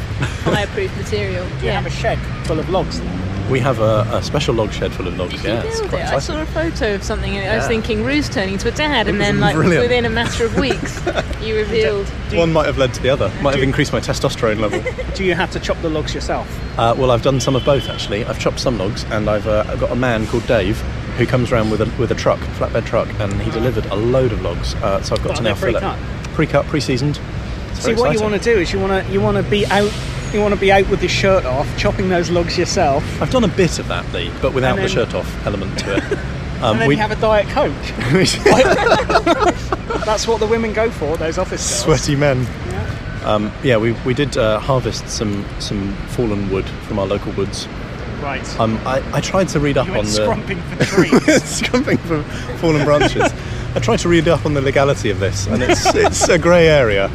Speaker 4: fireproof material.
Speaker 5: You have a shed full of logs.
Speaker 2: We have a, a special log shed full of logs.
Speaker 4: Did
Speaker 2: yeah,
Speaker 4: you
Speaker 2: it's
Speaker 4: build
Speaker 2: quite
Speaker 4: it? I
Speaker 2: exciting.
Speaker 4: saw a photo of something and I was
Speaker 2: Yeah.
Speaker 4: thinking Rue's turning to a dad and
Speaker 2: was
Speaker 4: then like
Speaker 2: brilliant.
Speaker 4: within a matter of weeks you revealed
Speaker 2: One might have led to the other. Might have increased my testosterone level.
Speaker 5: Do you have to chop the logs yourself?
Speaker 2: Uh, well, I've done some of both actually. I've chopped some logs, and I've uh, got a man called Dave who comes around with a with a truck, flatbed truck, and he delivered a load of logs. Uh, so I've got
Speaker 5: What,
Speaker 2: to
Speaker 5: are
Speaker 2: now
Speaker 5: they
Speaker 2: fill
Speaker 5: pre-cut?
Speaker 2: it, pre-cut, pre-seasoned. It's
Speaker 5: See,
Speaker 2: very
Speaker 5: what you
Speaker 2: exciting.
Speaker 5: want to do is you want to you want to be out. You want to be out with your shirt off, chopping those logs yourself,
Speaker 2: I've done a bit of that, Lee, but without
Speaker 5: And
Speaker 2: the
Speaker 5: then-
Speaker 2: shirt off element to it. Um,
Speaker 5: and then
Speaker 2: we
Speaker 5: you have a diet coke. That's what the women go for. Those office girls.
Speaker 2: sweaty men. Um, yeah, we, we did uh, harvest some some fallen wood from our local woods.
Speaker 5: Right.
Speaker 2: Um, I, I tried to read up
Speaker 5: you
Speaker 2: on
Speaker 5: went
Speaker 2: the
Speaker 5: scrumping for trees.
Speaker 2: scrumping from fallen branches. I tried to read up on the legality of this, and it's it's a grey area.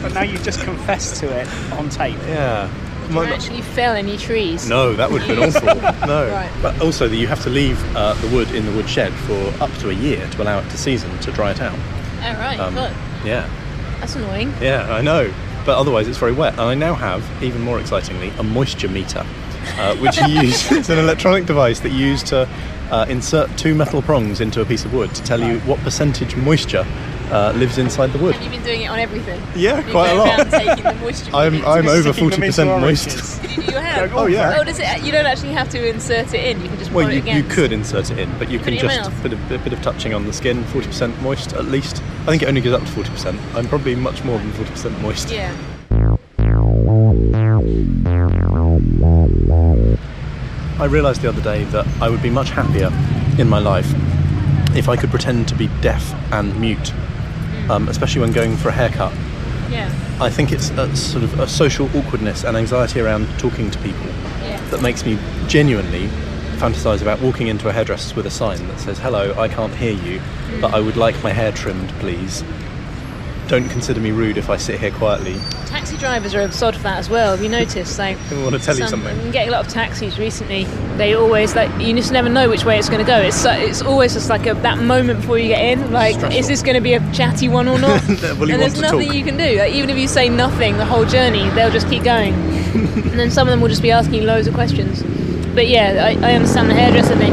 Speaker 5: But now you've just confessed to it on tape.
Speaker 2: Yeah. My-
Speaker 4: actually fell any trees.
Speaker 2: no, that would have been awful. No.
Speaker 4: Right.
Speaker 2: But also that you have to leave uh, the wood in the wood shed for up to a year to allow it to season to dry it out.
Speaker 4: Oh, right.
Speaker 2: Um,
Speaker 4: Look,
Speaker 2: yeah.
Speaker 4: that's annoying.
Speaker 2: Yeah, I know. But otherwise, it's very wet. And I now have, even more excitingly, a moisture meter, uh, which you use. it's an electronic device that you use to uh, insert two metal prongs into a piece of wood to tell you what percentage moisture uh, lives inside the wood.
Speaker 4: Have you been doing it on everything?
Speaker 2: Yeah,
Speaker 4: You've
Speaker 2: quite a
Speaker 4: been
Speaker 2: lot.
Speaker 4: around taking the moisture.
Speaker 2: I'm, I'm over
Speaker 5: Sticking them
Speaker 2: 40%
Speaker 5: into
Speaker 2: moisture.
Speaker 5: oranges.
Speaker 4: Did you do your hand?
Speaker 2: Oh, yeah.
Speaker 4: Oh, does it? You don't actually have to insert it in. You can just
Speaker 2: Well,
Speaker 4: pour it
Speaker 2: you, you
Speaker 4: against.
Speaker 2: could insert it in, but you
Speaker 4: Put
Speaker 2: can
Speaker 4: it in your
Speaker 2: just
Speaker 4: mouth.
Speaker 2: put a, a bit of touching on the skin, 40% moist at least. I think it only goes up to 40%. I'm probably much more than 40% moist.
Speaker 4: Yeah.
Speaker 2: I realised the other day that I would be much happier in my life if I could pretend to be deaf and mute,
Speaker 4: Mm.
Speaker 2: um, especially when going for a haircut.
Speaker 4: Yeah.
Speaker 2: I think it's a sort of a social awkwardness and anxiety around talking to people
Speaker 4: Yeah.
Speaker 2: that makes me genuinely fantasise about walking into a hairdresser's with a sign that says, Hello, I can't hear you,
Speaker 4: Mm.
Speaker 2: but I would like my hair trimmed, please. Don't consider me rude if I sit here quietly.
Speaker 4: Taxi drivers are a sod for that as well. Have you noticed? Like,
Speaker 2: I want to tell you something.
Speaker 4: I'm getting a lot of taxis recently. They always like you just never know which way it's going to go. It's so- it's always just like a, that moment before you get in. Like,
Speaker 2: Stressful.
Speaker 4: is this going to be a chatty one or not?
Speaker 2: Will he want
Speaker 4: and there's
Speaker 2: to
Speaker 4: nothing
Speaker 2: talk?
Speaker 4: you can do. Like, even if you say nothing the whole journey, they'll just keep going. and then some of them will just be asking you loads of questions. But yeah, I, I understand the hairdresser thing.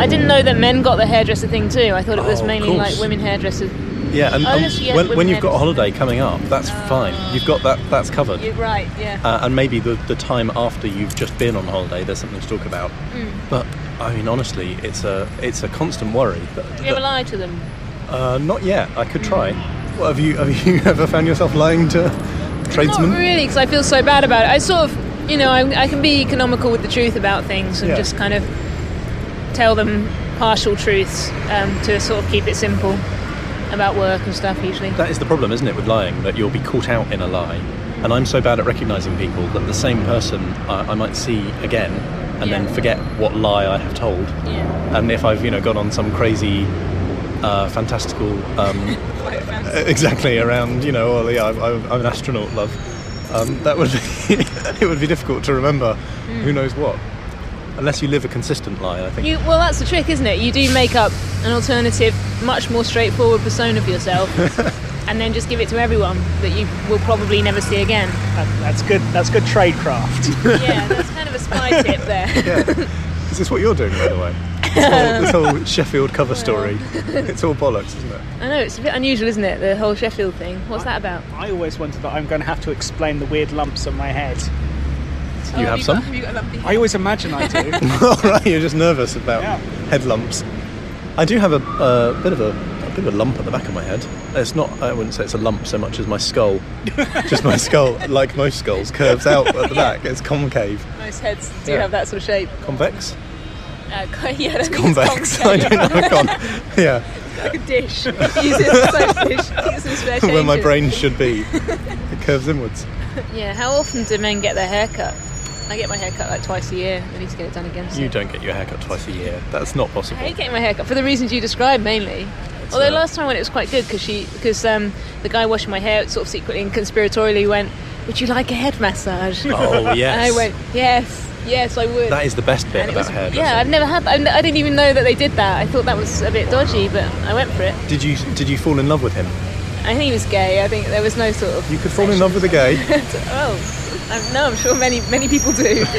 Speaker 4: I didn't know that men got the hairdresser thing too. I thought it was
Speaker 2: Oh, of
Speaker 4: mainly like
Speaker 2: course.
Speaker 4: women hairdressers.
Speaker 2: Yeah, and,
Speaker 4: Oh,
Speaker 2: and
Speaker 4: yes, yes,
Speaker 2: when,
Speaker 4: women
Speaker 2: when you've got a
Speaker 4: hairdressers.
Speaker 2: holiday coming up, that's fine. You've got that, that's covered.
Speaker 4: You're right. Yeah.
Speaker 2: uh, and maybe the, the time after you've just been on holiday, there's something to talk about.
Speaker 4: Mm.
Speaker 2: But I mean, honestly, it's a it's a constant worry. That,
Speaker 4: Do you ever
Speaker 2: that-
Speaker 4: lie to them?
Speaker 2: uh, not yet. I could try. What, have you have you ever found yourself lying to tradesmen?
Speaker 4: Not really, because I feel so bad about it. I sort of, you know, I, I can be economical with the truth about things and
Speaker 2: Yeah.
Speaker 4: just kind of tell them partial truths um, to sort of keep it simple about work and stuff usually.
Speaker 2: That is the problem, isn't it, with lying? That you'll be caught out in a lie. And I'm so bad at recognizing people that the same person I, I might see again and
Speaker 4: Yeah.
Speaker 2: then forget what lie I have told.
Speaker 4: Yeah.
Speaker 2: and if I've you know gone on some crazy, uh, fantastical, um, exactly around you know, well, yeah, I'm, I'm I'm an astronaut, love. Um, that would be, it would be difficult to remember
Speaker 4: Hmm.
Speaker 2: who knows what, unless you live a consistent lie. I think.
Speaker 4: You, well, that's the trick, isn't it? You do make up an alternative, much more straightforward persona for yourself, and then just give it to everyone that you will probably never see again.
Speaker 5: That- that's good. That's good tradecraft.
Speaker 4: Yeah, that's kind of a spy tip there.
Speaker 2: is this what you're doing, by the way? This whole, this whole Sheffield cover story. It's all bollocks, isn't it?
Speaker 4: I know it's a bit unusual, isn't it? The whole Sheffield thing. What's that about?
Speaker 5: I always wondered that I'm going to have to explain the weird lumps on my head.
Speaker 2: Oh, You have some?
Speaker 5: I always imagine I do.
Speaker 2: All right, you're just nervous about
Speaker 5: Yeah.
Speaker 2: head lumps. I do have a, a bit of a, a bit of a lump at the back of my head. It's not. I wouldn't say it's a lump so much as my skull. just my skull, like most skulls, curves out at the back. It's concave,
Speaker 4: Most heads do
Speaker 2: Yeah.
Speaker 4: have that sort of shape.
Speaker 2: convex,
Speaker 4: Uh, co- yeah, it's
Speaker 2: convex. I don't know. Con- yeah,
Speaker 4: like a dish. Use it as a side dish. Get some spare
Speaker 2: where my
Speaker 4: changes.
Speaker 2: brain should be. It curves inwards.
Speaker 4: Yeah. How often do men get their hair cut? I get my hair cut like twice a year. I need to get it done again. soon.
Speaker 2: You don't get your haircut twice a year. That's not
Speaker 4: I
Speaker 2: possible.
Speaker 4: hate getting my hair cut for the reasons you described mainly. Although
Speaker 2: uh,
Speaker 4: last time when it was quite good because she because um, the guy washing my hair sort of secretly and conspiratorially went, "Would you like a head massage?"
Speaker 2: Oh yes.
Speaker 4: And I went, "Yes, yes, I would."
Speaker 2: That is the best bit
Speaker 4: and it
Speaker 2: about
Speaker 4: was,
Speaker 2: hairdressing.
Speaker 4: yeah, I've never had. That. I n- I didn't even know that they did that. I thought that was a bit dodgy, but I went for it.
Speaker 2: Did you did you fall in love with him?
Speaker 4: I think he was gay. I think there was no sort of.
Speaker 2: You could fall in love with a gay.
Speaker 4: Oh, I'm, no, I'm sure many many people do.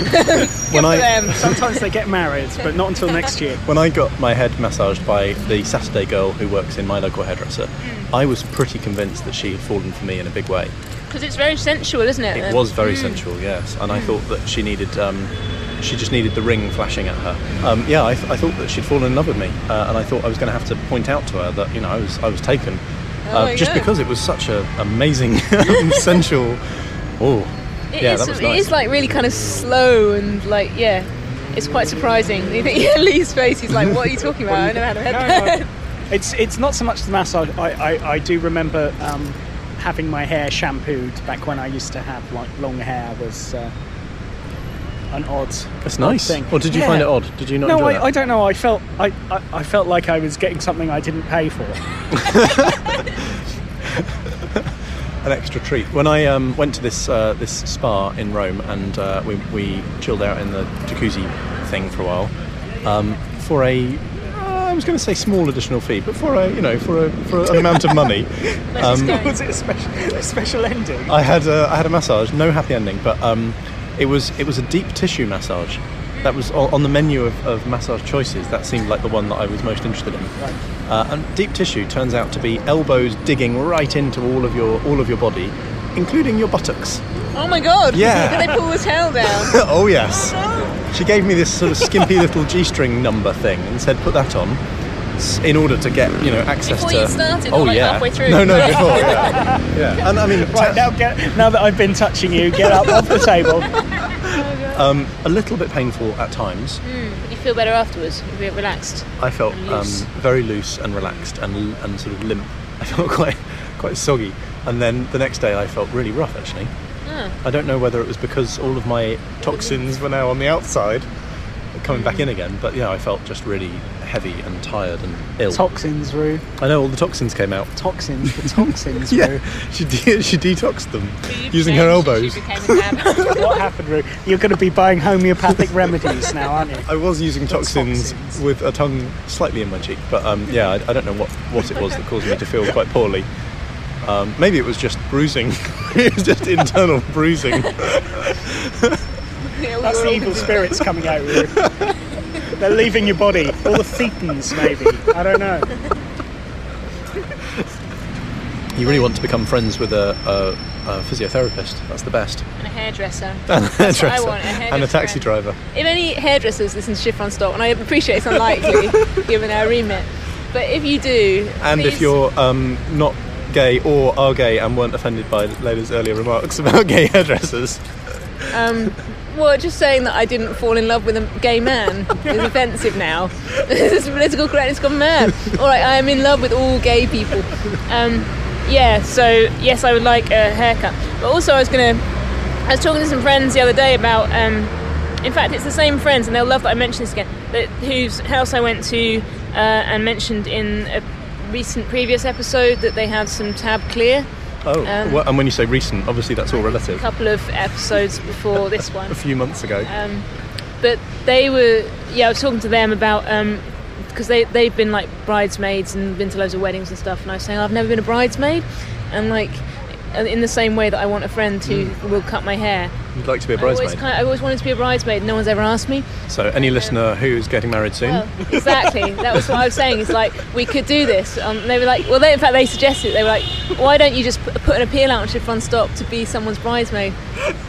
Speaker 2: when I
Speaker 4: Um,
Speaker 5: Sometimes they get married, but not until next year.
Speaker 2: When I got my head massaged by the Saturday girl who works in my local hairdresser,
Speaker 4: Hmm.
Speaker 2: I was pretty convinced that she had fallen for me in a big way.
Speaker 4: Because it's very sensual, isn't it? Um,
Speaker 2: It was
Speaker 4: hmm.
Speaker 2: very sensual, yes, and I thought that she needed, um, she just needed the ring flashing at her. Um, yeah, I, th- I thought that she'd fallen in love with me, uh, and I thought I was going to have to point out to her that you know I was I was taken,
Speaker 4: Oh
Speaker 2: uh,
Speaker 4: my
Speaker 2: just
Speaker 4: God.
Speaker 2: because it was such an amazing, um, sensual. Oh,
Speaker 4: It
Speaker 2: yeah,
Speaker 4: is-
Speaker 2: that was
Speaker 4: It
Speaker 2: nice.
Speaker 4: is like really kind of slow and like yeah, it's quite surprising. You think, yeah, Lee's face. He's like, "What are you talking about? I never had a head."
Speaker 5: No, no. It's it's not so much the massage. I I, I do remember um, having my hair shampooed back when I used to have like long hair was uh, an odd.
Speaker 2: That's
Speaker 5: odd
Speaker 2: nice.
Speaker 5: Thing.
Speaker 2: Or did you
Speaker 5: Yeah.
Speaker 2: find it odd? Did you not
Speaker 5: No,
Speaker 2: enjoy
Speaker 5: I,
Speaker 2: that?
Speaker 5: I don't know. I felt I, I, I felt like I was getting something I didn't pay for.
Speaker 2: an extra treat. When I um, went to this uh, this spa in Rome and uh, we, we chilled out in the jacuzzi thing for a while, um, for a uh, I was going to say small additional fee, but for a you know for a for an amount of money, um,
Speaker 5: was it a special, a special ending?
Speaker 2: I had a, I had a massage. No happy ending, but um, it was it was a deep tissue massage. That was o- on the menu of, of massage choices. That seemed like the one that I was most interested in. Uh, and deep tissue turns out to be elbows digging right into all of your all of your body, including your buttocks.
Speaker 4: Oh my god!
Speaker 2: Yeah.
Speaker 4: Did they pull his tail down?
Speaker 2: oh yes. She gave me this sort of skimpy little g-string number thing and said, "Put that on." s- In order to get you know access
Speaker 4: Before
Speaker 2: to
Speaker 4: you started,
Speaker 2: oh
Speaker 4: or, like,
Speaker 2: yeah
Speaker 4: halfway through?
Speaker 2: no no before yeah, yeah. and I mean
Speaker 5: Right, now, get, now that I've been touching you, get up off the table.
Speaker 2: um, a little bit painful at times
Speaker 1: You feel better afterwards. You're a bit relaxed.
Speaker 2: I felt um,
Speaker 1: Loose.
Speaker 2: very loose and relaxed and, and sort of limp. I felt quite quite soggy, and then the next day I felt really rough actually. I don't know whether it was because all of my toxins were now on the outside, coming back in again. But yeah, I felt just really heavy and tired and ill.
Speaker 5: Toxins, Roo.
Speaker 2: I know all the toxins came out.
Speaker 5: Toxins. The toxins, Roo.
Speaker 2: she de- she detoxed them using her elbows.
Speaker 5: What happened, Roo? You're going to be buying homeopathic remedies now, aren't you?
Speaker 2: I was using toxins,
Speaker 5: toxins.
Speaker 2: with a tongue slightly in my cheek, but um, yeah, I, I don't know what, what it was that caused me to feel quite poorly. Um, maybe it was just bruising. it was just internal bruising.
Speaker 5: That's the evil spirits coming out, Roo. They're leaving your body. All the thetans, maybe. I don't know.
Speaker 2: You really want to become friends with a, a, a physiotherapist. That's the best.
Speaker 4: And a hairdresser.
Speaker 2: And a hairdresser.
Speaker 4: want,
Speaker 2: and
Speaker 4: a
Speaker 2: a
Speaker 4: hairdresser.
Speaker 2: taxi driver.
Speaker 4: If any hairdressers listen to Chiffon Stop, and I appreciate it's unlikely given our remit, but if you do,
Speaker 2: And if
Speaker 4: please-
Speaker 2: you're um, not gay or are gay and weren't offended by Layla's earlier remarks about gay hairdressers,
Speaker 4: well, just saying that I didn't fall in love with a gay man is offensive now. this political correctness gone mad. All right, I am in love with all gay people. Um, yeah, so yes, I would like a haircut, but also I was gonna. I was talking to some friends the other day about. Um, in fact, it's the same friends, and they'll love that I mention this again. That whose house I went to uh, and mentioned in a recent previous episode that they had some tab clear.
Speaker 2: oh,
Speaker 4: Um,
Speaker 2: well, and when you say recent, obviously that's all
Speaker 4: A
Speaker 2: relative.
Speaker 4: couple of episodes before this one.
Speaker 2: A few months ago.
Speaker 4: um, but they were yeah I was talking to them about because they they've been like bridesmaids and been to loads of weddings and stuff and I was saying I've never been a bridesmaid and like in the same way that I want a friend who will cut my hair
Speaker 2: You'd like to be a
Speaker 4: I always,
Speaker 2: Hmm. bridesmaid.
Speaker 4: kind I always wanted to be a bridesmaid no one's ever asked me
Speaker 2: So, any listener who's getting married soon,
Speaker 4: well, exactly that was what I was saying it's like we could do this um, and they were like well they, in fact they suggested it. they were like why don't you just put, put an appeal out on Chiffon Stop to be someone's bridesmaid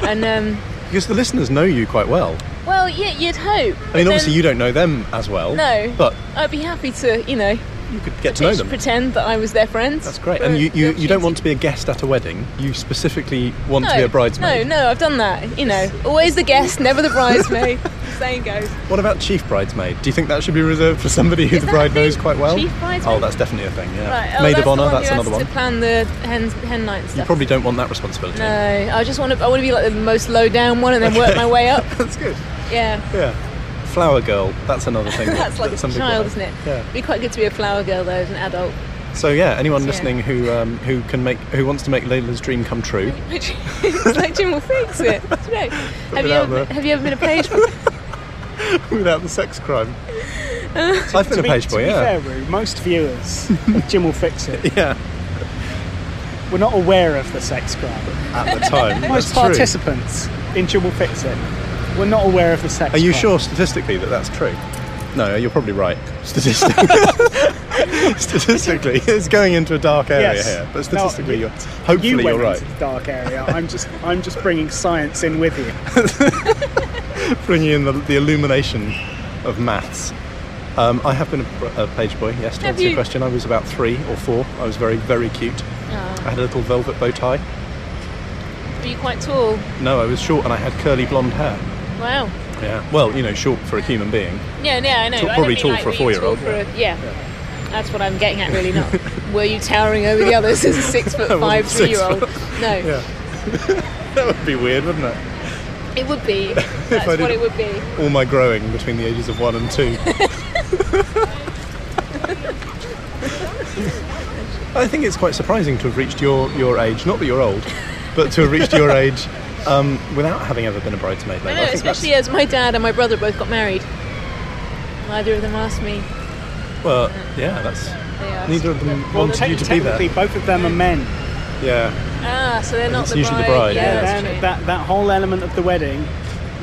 Speaker 4: and um,
Speaker 2: because the listeners know you quite well.
Speaker 4: well yeah you'd hope
Speaker 2: I mean, obviously, you don't know them as well.
Speaker 4: No.
Speaker 2: But
Speaker 4: I'd be happy to, you know,
Speaker 2: you could get to know them.
Speaker 4: pretend that I was their friend.
Speaker 2: That's great. And you, you, you don't want to be a guest at a wedding. You specifically want to be a bridesmaid.
Speaker 4: No, no, I've done that. You know, always the guest, never the bridesmaid. Saying goes.
Speaker 2: What about chief bridesmaid? Do you think that should be reserved for somebody who
Speaker 4: Is
Speaker 2: the
Speaker 4: that a
Speaker 2: bride
Speaker 4: thing?
Speaker 2: knows quite well?
Speaker 4: Chief bridesmaid?
Speaker 2: Oh, that's definitely a thing, yeah.
Speaker 4: Right. Oh,
Speaker 2: Maid
Speaker 4: that's
Speaker 2: of
Speaker 4: the
Speaker 2: honor,
Speaker 4: one
Speaker 2: that's
Speaker 4: who
Speaker 2: another
Speaker 4: has
Speaker 2: one.
Speaker 4: To plan the hen, hen night and
Speaker 2: You
Speaker 4: stuff.
Speaker 2: probably don't want that responsibility.
Speaker 4: No, I just want to. I want to be like the most low down one and then work my way up.
Speaker 2: That's good.
Speaker 4: Yeah.
Speaker 2: Yeah. Flower girl, that's another thing. that-
Speaker 4: That's like
Speaker 2: that
Speaker 4: a
Speaker 2: some people
Speaker 4: child,
Speaker 2: have.
Speaker 4: isn't it?
Speaker 2: Yeah.
Speaker 4: It'd be quite good to be a flower girl though, as an adult.
Speaker 2: So yeah, anyone
Speaker 4: Yeah.
Speaker 2: listening who um, who can make who wants to make Layla's dream come true,
Speaker 4: Which is like Jim will fix it. I don't know. Have you
Speaker 2: Without
Speaker 4: ever,
Speaker 2: the-
Speaker 4: have you ever been a page?
Speaker 2: without the sex crime. I've been a
Speaker 5: Uh, To be-
Speaker 2: page
Speaker 5: to
Speaker 2: boy,
Speaker 5: be
Speaker 2: yeah.
Speaker 5: fair, Roo, most viewers, Jim will fix it.
Speaker 2: Yeah,
Speaker 5: We're not aware of the sex crime.
Speaker 2: at the time.
Speaker 5: Most
Speaker 2: that's true.
Speaker 5: participants in Jim will fix it. We're not aware of the sex.
Speaker 2: Are you
Speaker 5: crime.
Speaker 2: sure statistically that that's true? No, you're probably right. Statistically, statistically, it's going into a dark area
Speaker 5: Yes.
Speaker 2: here.
Speaker 5: No,
Speaker 2: But statistically,
Speaker 5: you-
Speaker 2: you're hopefully
Speaker 5: You went
Speaker 2: are right.
Speaker 5: into the dark area. I'm just, I'm just bringing science in with you.
Speaker 2: Bringing in the, the illumination of maths. Um, I have been a, br- a page boy. Yes, to
Speaker 4: Have
Speaker 2: answer your
Speaker 4: you?
Speaker 2: question, I was about three or four. I was very, very cute.
Speaker 5: Oh.
Speaker 2: I had a little velvet bow tie.
Speaker 4: Are you quite tall?
Speaker 2: No, I was short and I had curly blonde hair.
Speaker 4: Wow.
Speaker 2: Yeah. Well, you know, short for a human being.
Speaker 4: Yeah, yeah, I know.
Speaker 2: Tall-
Speaker 4: I don't
Speaker 2: probably
Speaker 4: mean,
Speaker 2: tall
Speaker 4: like,
Speaker 2: for a
Speaker 4: were you tall
Speaker 2: four-year-old.
Speaker 4: for a- Yeah. That's what I'm getting at, really. Not were you towering over the others as a six foot five
Speaker 2: wasn't
Speaker 4: three
Speaker 2: six
Speaker 4: year old? No,
Speaker 2: That would be weird, wouldn't it?
Speaker 4: it would be. That's
Speaker 2: I
Speaker 4: what
Speaker 2: did-
Speaker 4: it would be.
Speaker 2: all my growing between the ages of one and two. I think it's quite surprising to have reached your, your age, not that you're old, but to have reached your age um, without having ever been a bridesmaid.
Speaker 4: I
Speaker 2: Then.
Speaker 4: know,
Speaker 2: think that's-
Speaker 4: especially as my dad and my brother both got married. Neither of them asked me.
Speaker 2: Well, yeah, that's.
Speaker 4: They asked.
Speaker 2: Neither of them
Speaker 5: Well,
Speaker 2: wanted
Speaker 5: te-
Speaker 2: you to be there.
Speaker 5: technically, both of them are men.
Speaker 2: Yeah.
Speaker 4: Ah, so they're not
Speaker 2: it's
Speaker 4: the
Speaker 2: usually the bride,
Speaker 4: bride. Yeah,
Speaker 2: yeah.
Speaker 4: that's
Speaker 5: Then
Speaker 4: true.
Speaker 5: that, that whole element of the wedding,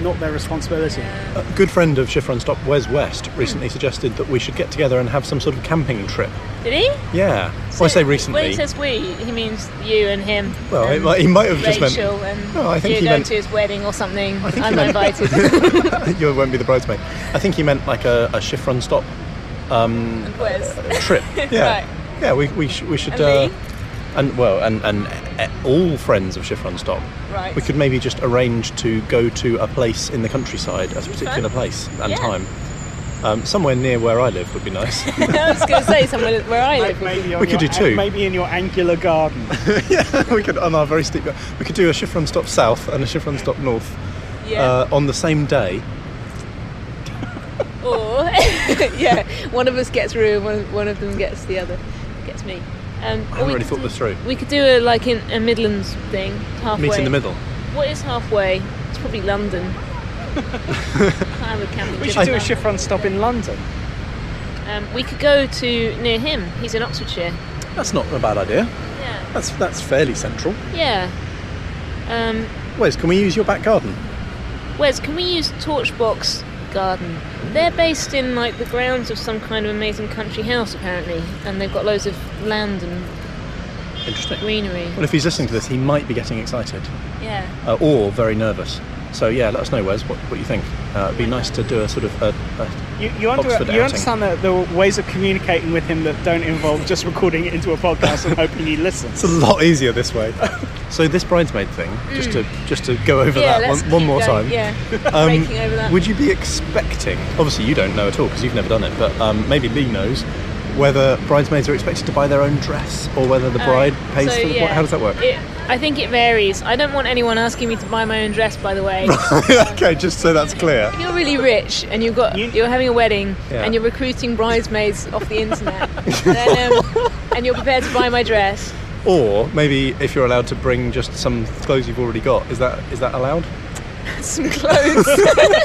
Speaker 5: not their responsibility.
Speaker 2: A good friend of Schiffer and Stop, Wes West, recently suggested that we should get together and have some sort of camping trip.
Speaker 4: Did he?
Speaker 2: Yeah. well, I say recently.
Speaker 4: When he says we, he means you and him.
Speaker 2: well, it
Speaker 4: and
Speaker 2: might- he might have just
Speaker 4: Rachel
Speaker 2: meant.
Speaker 4: and
Speaker 2: No, I think
Speaker 4: you're
Speaker 2: he
Speaker 4: going
Speaker 2: meant-
Speaker 4: to his wedding or something.
Speaker 2: think he
Speaker 4: I'm not
Speaker 2: meant-
Speaker 4: invited.
Speaker 2: you won't be the bridesmaid. I think he meant like a, a Schiffer and Stop
Speaker 4: Where's?
Speaker 2: trip. Yeah.
Speaker 4: Right.
Speaker 2: Yeah, we, we, sh- we should.
Speaker 4: And
Speaker 2: uh,
Speaker 4: me?
Speaker 2: and well, and, and uh, all friends of Schiffer and Stop.
Speaker 4: Right.
Speaker 2: We could maybe just arrange to go to a place in the countryside, a particular
Speaker 4: fun.
Speaker 2: place and
Speaker 4: Yeah.
Speaker 2: time. Um, somewhere near where I live would be nice.
Speaker 4: I was going to say somewhere where I live.
Speaker 5: Maybe on
Speaker 2: We could
Speaker 5: your-
Speaker 2: do two.
Speaker 5: Maybe in your angular garden.
Speaker 2: we could on our very steep. We could do a Schiffer and Stop south and a Schiffer and Stop north
Speaker 4: Yeah.
Speaker 2: uh, on the same day.
Speaker 4: or yeah, one of us gets Rue, and one of, one of them gets the other, gets me. Um,
Speaker 2: I
Speaker 4: or
Speaker 2: haven't
Speaker 4: we
Speaker 2: really
Speaker 4: could
Speaker 2: thought
Speaker 4: do-
Speaker 2: this through.
Speaker 4: We could do a like in a Midlands thing, halfway.
Speaker 2: Meet in the middle.
Speaker 4: What is halfway? It's probably London. I would count it
Speaker 5: We
Speaker 4: just
Speaker 5: should do a
Speaker 4: London.
Speaker 5: shift run stop in London.
Speaker 4: Um, we could go to near him. He's in Oxfordshire.
Speaker 2: That's not a bad idea.
Speaker 4: Yeah.
Speaker 2: That's that's fairly central.
Speaker 4: Yeah. Um,
Speaker 2: Wes, can we use your back garden?
Speaker 4: Wes, can we use Torchbox Garden? They're based in like the grounds of some kind of amazing country house apparently, and they've got loads of land and
Speaker 2: Interesting.
Speaker 4: greenery.
Speaker 2: Well, if he's listening to this, he might be getting excited
Speaker 4: Yeah.
Speaker 2: uh, or very nervous. So yeah, let us know, Wes, what, what you think. Uh, it'd be nice to do a sort of a, a
Speaker 5: You, you, under,
Speaker 2: Oxford
Speaker 5: you
Speaker 2: outing.
Speaker 5: understand that there are ways of communicating with him that don't involve just recording it into a podcast and hoping he
Speaker 2: It's
Speaker 5: listens.
Speaker 2: a lot easier this way. so this bridesmaid thing, just to just to go over
Speaker 4: Mm. yeah,
Speaker 2: that
Speaker 4: let's
Speaker 2: one, one
Speaker 4: keep
Speaker 2: more
Speaker 4: going.
Speaker 2: time.
Speaker 4: Yeah.
Speaker 2: Um,
Speaker 4: Breaking over that.
Speaker 2: Would you be expecting? Obviously, you don't know at all because you've never done it, but um, maybe Lee knows whether bridesmaids are expected to buy their own dress or whether the bride pays
Speaker 4: Oh, so,
Speaker 2: for the
Speaker 4: yeah.
Speaker 2: How does that work?
Speaker 4: It, I think it varies. I don't want anyone asking me to buy my own dress, by the way. if
Speaker 2: okay, just so that's clear.
Speaker 4: you're really rich and you've got
Speaker 5: You-
Speaker 4: you, are having a wedding
Speaker 2: Yeah.
Speaker 4: and you're recruiting bridesmaids off the internet, then, um, and you're prepared to buy my dress.
Speaker 2: Or maybe if you're allowed to bring just some clothes you've already got, is that is that allowed?
Speaker 4: Some clothes,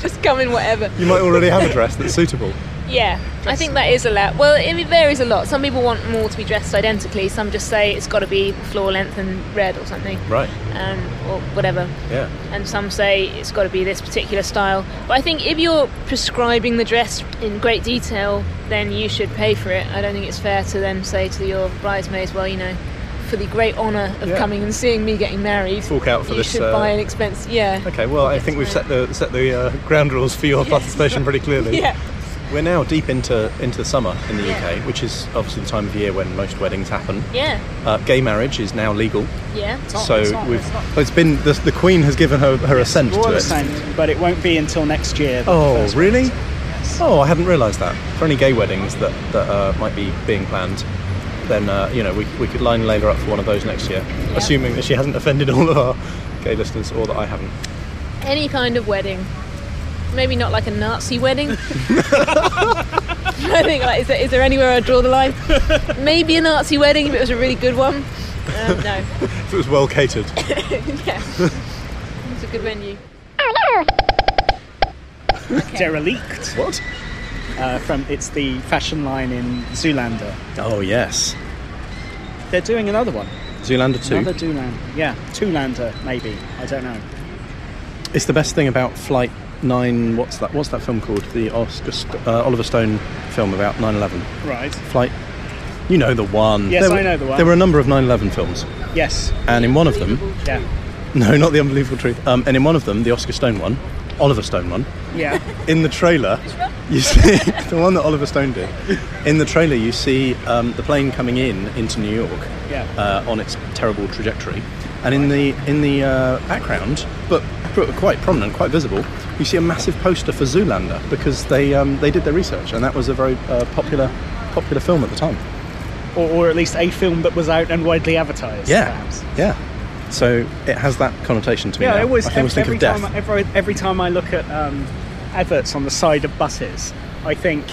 Speaker 4: just come in whatever.
Speaker 2: You might already have a dress that's suitable.
Speaker 4: Yeah, I think that is a lot. Well, it, it varies a lot. Some people want them all to be dressed identically. Some just say it's got to be floor length and red or something,
Speaker 2: Right.
Speaker 4: um, or whatever.
Speaker 2: Yeah.
Speaker 4: and some say it's got to be this particular style. But I think if you're prescribing the dress in great detail, then you should pay for it. I don't think it's fair to then say to your bridesmaids, well, you know, for the great honour of
Speaker 2: Yeah.
Speaker 4: coming and seeing me getting married,
Speaker 2: Walk out for
Speaker 4: you
Speaker 2: this,
Speaker 4: should
Speaker 2: uh,
Speaker 4: buy an expense. Yeah,
Speaker 2: Okay. Well, I think we've set the set the uh, ground rules for your participation pretty clearly.
Speaker 4: yeah,
Speaker 2: We're now deep into into the summer in the
Speaker 4: Yeah.
Speaker 2: UK, which is obviously the time of year when most weddings happen.
Speaker 4: yeah,
Speaker 2: Uh, gay marriage is now legal,
Speaker 4: yeah.
Speaker 5: not-
Speaker 2: so
Speaker 5: it's not-
Speaker 2: we've
Speaker 5: it's not-
Speaker 2: well, it's been the, the Queen has given her her assent
Speaker 5: Royal
Speaker 2: to it.
Speaker 5: assent, but it won't be until next year. that the
Speaker 2: Oh,
Speaker 5: first
Speaker 2: really?
Speaker 5: one's-
Speaker 2: Oh, I hadn't realised that. For any gay weddings that that uh, might be being planned, then uh, you know we, we could line Layla up for one of those next year, assuming that she hasn't offended all of our gay listeners or that I haven't.
Speaker 4: Any kind of wedding. Maybe not like a Nazi wedding. I think like, is there, is there anywhere I draw the line? Maybe a Nazi wedding if it was a really good one. Um, no.
Speaker 2: If it was well catered.
Speaker 4: yeah. It's a good venue.
Speaker 5: Derelict.
Speaker 2: what?
Speaker 5: Uh, from it's the fashion line in Zoolander.
Speaker 2: Oh yes,
Speaker 5: They're doing another one.
Speaker 2: Zoolander two.
Speaker 5: Another Zoolander. Yeah, Zoolander maybe. I don't know.
Speaker 2: It's the best thing about Flight Nine. What's that? What's that film called? The Oscar St- uh, Oliver Stone film about 9/11.
Speaker 5: Right.
Speaker 2: Flight. You know the one.
Speaker 5: Yes,
Speaker 2: There
Speaker 5: I
Speaker 2: were-
Speaker 5: know the one.
Speaker 2: There were a number of 9/11 films,
Speaker 5: Yes.
Speaker 2: and in one of them,
Speaker 5: Yeah.
Speaker 2: no, not the unbelievable truth. Um, and in one of them, the Oscar Stone one, Oliver Stone one.
Speaker 5: Yeah.
Speaker 2: In the trailer, you see the one that Oliver Stone did. In the trailer, you see um, the plane coming in into New York
Speaker 5: Yeah.
Speaker 2: uh, on its terrible trajectory, and in the in the uh, background, but pr- quite prominent, quite visible, you see a massive poster for Zoolander because they um, they did their research, and that was a very uh, popular popular film at the time.
Speaker 5: or, or at least a film that was out and widely advertised. perhaps.
Speaker 2: yeah, yeah. So it has that connotation to me.
Speaker 5: Yeah,
Speaker 2: now.
Speaker 5: I always,
Speaker 2: I always think
Speaker 5: every,
Speaker 2: of death.
Speaker 5: Time, every, every time I look at um, adverts on the side of buses, I think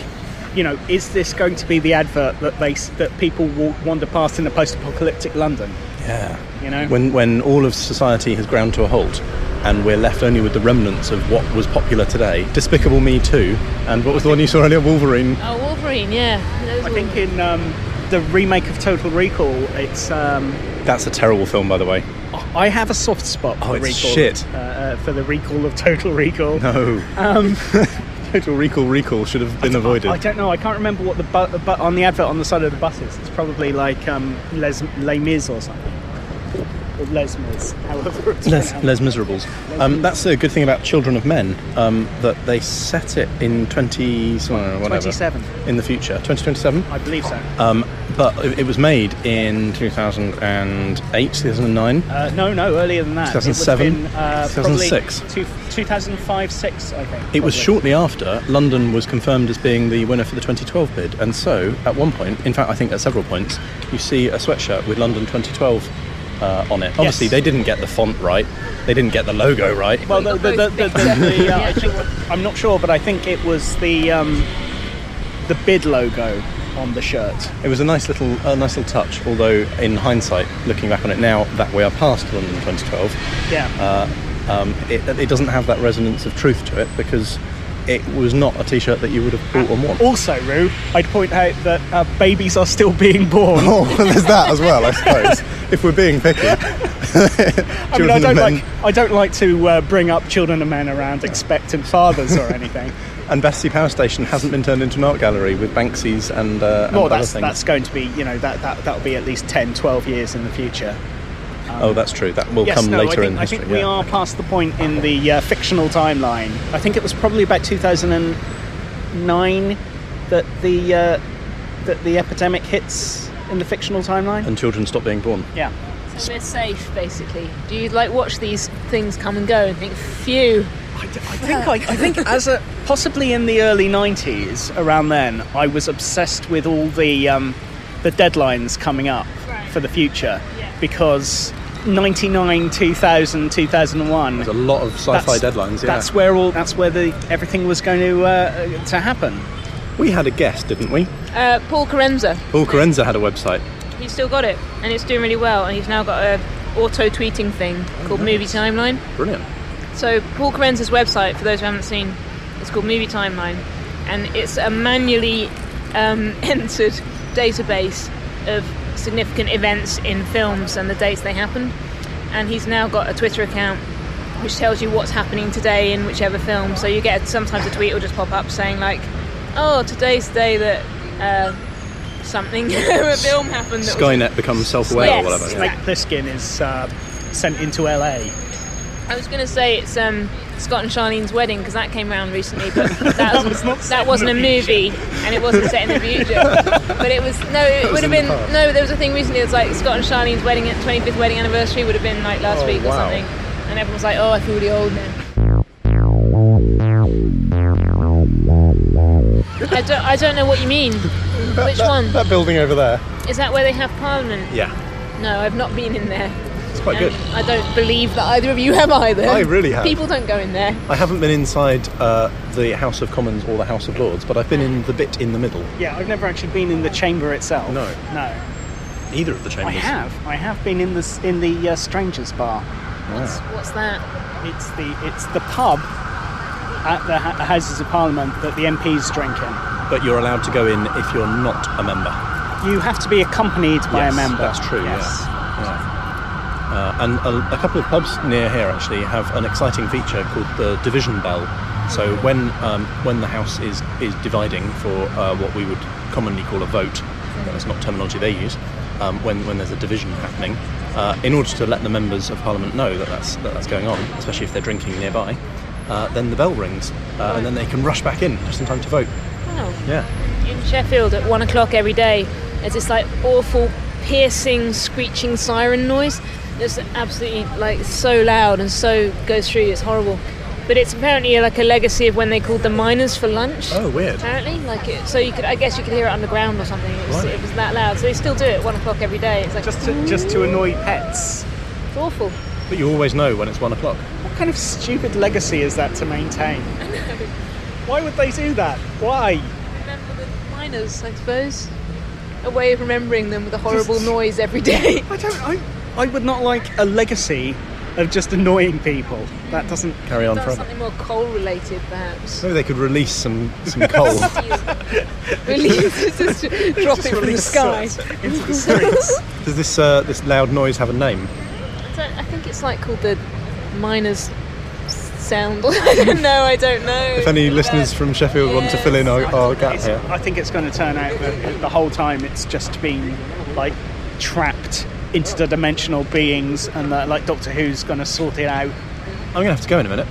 Speaker 5: you know, is this going to be the advert that they s- that people will wander past in a post-apocalyptic London?
Speaker 2: Yeah.
Speaker 5: You know,
Speaker 2: When, when all of society has ground to a halt and we're left only with the remnants of what was popular today. Despicable Me Too, and what was the one you saw earlier? Wolverine.
Speaker 4: Oh, Wolverine, yeah. Those
Speaker 5: I think in um, the remake of Total Recall, it's. Um,
Speaker 2: That's a terrible film, by the way.
Speaker 5: I have a soft spot.
Speaker 2: Oh,
Speaker 5: for
Speaker 2: it's
Speaker 5: recall,
Speaker 2: shit.
Speaker 5: Uh, uh, for the recall of Total Recall.
Speaker 2: No. Total Recall Recall should have been avoided.
Speaker 5: Um, I don't know. I can't remember what the but bu- on the advert on the side of the bus is. It's probably like um, Les Les Mis or something. Or Les Mis, however. It's
Speaker 2: Les,
Speaker 5: pronounced.
Speaker 2: Les Miserables. Um, that's the good thing about Children of Men, um, that they set it in 20, some- whatever,
Speaker 5: 27.
Speaker 2: in the future, 2027.
Speaker 5: I believe so.
Speaker 2: Um, but it, it was made in 2008, 2009.
Speaker 5: Uh, no, no, earlier than that. It would have
Speaker 2: 2007?
Speaker 5: been, uh,
Speaker 2: 2006?
Speaker 5: probably two- 2005, six, I think.
Speaker 2: It was
Speaker 5: probably.
Speaker 2: shortly after London was confirmed as being the winner for the 2012 bid, and so at one point, in fact, I think at several points, you see a sweatshirt with London 2012 uh, on it. Obviously, they didn't get the font right, they didn't get the logo right.
Speaker 5: Well, the, the, the, the, the, the, uh, I think, I'm not sure, but I think it was the um, the bid logo on the shirt.
Speaker 2: It was a nice little, a nice little touch. Although in hindsight, looking back on it now, that we are past London 2012,
Speaker 5: Yeah.
Speaker 2: um, it, it doesn't have that resonance of truth to it because it was not a T-shirt that you would have bought and worn.
Speaker 5: also, Rue, I'd point out that uh, babies are still being born.
Speaker 2: Oh, well, there's that as well, I suppose. if we're being picky.
Speaker 5: I mean, I don't like I don't like to uh, bring up children and men around expectant fathers or anything.
Speaker 2: And Battersea Power Station hasn't been turned into an art gallery with Banksy's and, uh, and
Speaker 5: well,
Speaker 2: other
Speaker 5: that's
Speaker 2: things.
Speaker 5: that's going to be you know that that that'll be at least 10, 12 years in the future.
Speaker 2: oh, that's true. That will
Speaker 5: yes,
Speaker 2: come
Speaker 5: no,
Speaker 2: later
Speaker 5: I think,
Speaker 2: in
Speaker 5: I
Speaker 2: history.
Speaker 5: think we
Speaker 2: yeah.
Speaker 5: are past the point in the uh, fictional timeline. I think it was probably about 2009 that the uh, that the epidemic hits in the fictional timeline.
Speaker 2: And children stop being born.
Speaker 5: Yeah.
Speaker 4: So we're safe, basically. Do you like watch these things come and go and think, phew?
Speaker 5: I, d- I think I, I think as a possibly in the early '90s, around then, I was obsessed with all the um, the deadlines coming up
Speaker 4: Right.
Speaker 5: for the future because '99, 2000, 2001.
Speaker 2: There's a lot of sci-fi
Speaker 5: that's-
Speaker 2: deadlines. Yeah.
Speaker 5: That's where all that's where the everything was going to uh, to happen.
Speaker 2: we had a guest, didn't we?
Speaker 4: Uh, Paul Carenza,
Speaker 2: Paul Carenza had a website.
Speaker 4: he's still got it and it's doing really well, and he's now got a auto tweeting thing called Movie Timeline.
Speaker 2: Brilliant.
Speaker 4: So Paul Carenza's website, for those who haven't seen, it's called Movie Timeline, and it's a manually um, entered database of significant events in films and the dates they happened. And he's now got a Twitter account which tells you what's happening today in whichever film. So you get sometimes a tweet will just pop up saying like, "Oh, today's the day that." Uh, Something a film happened. That was,
Speaker 2: Skynet becomes self-aware
Speaker 4: Yes.
Speaker 2: or whatever.
Speaker 5: Snake Plissken is uh, sent into LA.
Speaker 4: I was going to say it's um, Scott and Charlene's wedding because that came round recently, but that, wasn't,
Speaker 5: was not set
Speaker 4: that
Speaker 5: in
Speaker 4: wasn't a
Speaker 5: the
Speaker 4: movie and it wasn't set in the future. but it was no, it would have been no. There was a thing recently. It's like Scott and Charlene's wedding, 25th wedding anniversary would have been like last
Speaker 5: Oh,
Speaker 4: week or something, and everyone was like, "Oh, I feel really old now." I don't, I don't know what you mean. Which
Speaker 2: That-
Speaker 4: one
Speaker 2: That building over there.
Speaker 4: is that? Where they have Parliament?
Speaker 2: Yeah,
Speaker 4: No, I've not been in there.
Speaker 2: it's quite
Speaker 4: And
Speaker 2: good.
Speaker 4: I don't believe that either of you have either.
Speaker 2: I really have.
Speaker 4: People don't go in there.
Speaker 2: I haven't been inside uh, the House of Commons or the House of Lords, but I've been in the bit in the middle.
Speaker 5: Yeah, I've never actually been in the chamber itself.
Speaker 2: No.
Speaker 5: no.
Speaker 2: Either of the
Speaker 5: Oh, I
Speaker 2: chambers.
Speaker 5: have. I have been in the s- in the uh, strangers bar.
Speaker 4: What's, what's that?
Speaker 5: It's the it's the pub at the ha- Houses of Parliament that the MPs drink in.
Speaker 2: But you're allowed to go in if you're not a member.
Speaker 5: You have to be accompanied by
Speaker 2: yes,
Speaker 5: a member.
Speaker 2: That's true.
Speaker 5: Yes.
Speaker 2: Yeah. Yeah. Uh, and a, a couple of pubs near here actually have an exciting feature called the division bell. So when um, when the house is is dividing for uh, what we would commonly call a vote, that's not terminology they use. Um, when when there's a division happening, uh, in order to let the members of parliament know that that's that that's going on, especially if they're drinking nearby, uh, then the bell rings, uh, and then they can rush back in just in time to vote.
Speaker 4: Oh,
Speaker 2: Yeah.
Speaker 4: in Sheffield at one o'clock every day, there's this like awful, piercing, screeching siren noise. It's absolutely like so loud and so goes through. It's horrible. But it's apparently like a legacy of when they called the miners for lunch.
Speaker 2: Oh, weird.
Speaker 4: Apparently, like it, so you could, I guess you could hear it underground or something. It was,
Speaker 2: Right.
Speaker 4: it was that loud. So they still do it at one o'clock every day. It's like
Speaker 5: Just to, just to annoy pets.
Speaker 4: it's awful.
Speaker 2: But you always know when it's one o'clock.
Speaker 5: What kind of stupid legacy is that to maintain? Why would they do that? Why?
Speaker 4: Remember the miners, I suppose. A way of remembering them with a horrible noise every day.
Speaker 5: I don't. I, I would not like a legacy of just annoying people. That doesn't.
Speaker 2: Carry on
Speaker 4: That's
Speaker 2: forever.
Speaker 4: something more coal related, perhaps.
Speaker 2: Maybe they could release some, some coal.
Speaker 4: Release, just drop it from the sky.
Speaker 5: into the streets.
Speaker 2: Does this uh, this loud noise have a name?
Speaker 4: So I think it's like called the miners sound. I don't know. I don't know.
Speaker 2: If any listeners from Sheffield want to fill in our, our gap
Speaker 5: It's-
Speaker 2: here,
Speaker 5: I think it's going to turn out that the whole time it's just been like trapped interdimensional beings, and that like Doctor Who's going to sort it out.
Speaker 2: I'm gonna have to go in a minute.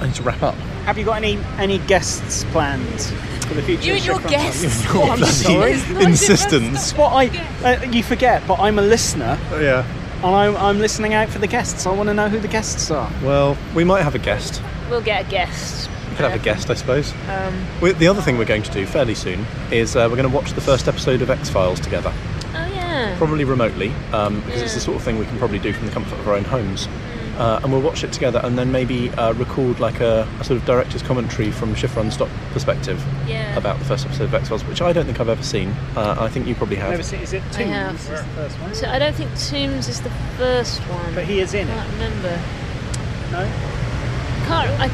Speaker 2: I need to wrap up.
Speaker 5: Have you got any any guests planned for the future?
Speaker 4: You and your
Speaker 5: Shifra?
Speaker 4: guests.
Speaker 2: Your
Speaker 4: I'm
Speaker 2: Oh, bloody
Speaker 4: sorry. It's not
Speaker 2: insistence.
Speaker 5: That's what I uh, you forget, but I'm a listener
Speaker 2: Oh, yeah.
Speaker 5: and I'm, I'm listening out for the guests. I want to know who the guests are.
Speaker 2: Well, we might have a guest.
Speaker 4: We'll get a guest.
Speaker 2: We could have a guest, I suppose. Um, we, the other thing we're going to do fairly soon is uh, we're going to watch the first episode of X Files together,
Speaker 4: Oh yeah.
Speaker 2: probably remotely, um, because
Speaker 4: Mm.
Speaker 2: it's the sort of thing we can probably do from the comfort of our own homes. Uh, and we'll watch it together, and then maybe uh, record like a, a sort of director's commentary from Schifrin Stock perspective
Speaker 4: Yeah.
Speaker 2: about the first episode of X Files, which I don't think I've ever seen. Uh, I think you probably have.
Speaker 5: Never seen, is it
Speaker 4: I
Speaker 5: two?
Speaker 4: have.
Speaker 5: Is the first one?
Speaker 4: So I don't think Tombs is the first one.
Speaker 5: But he is in
Speaker 4: I
Speaker 5: it.
Speaker 4: can't remember.
Speaker 5: No.
Speaker 4: Can't I?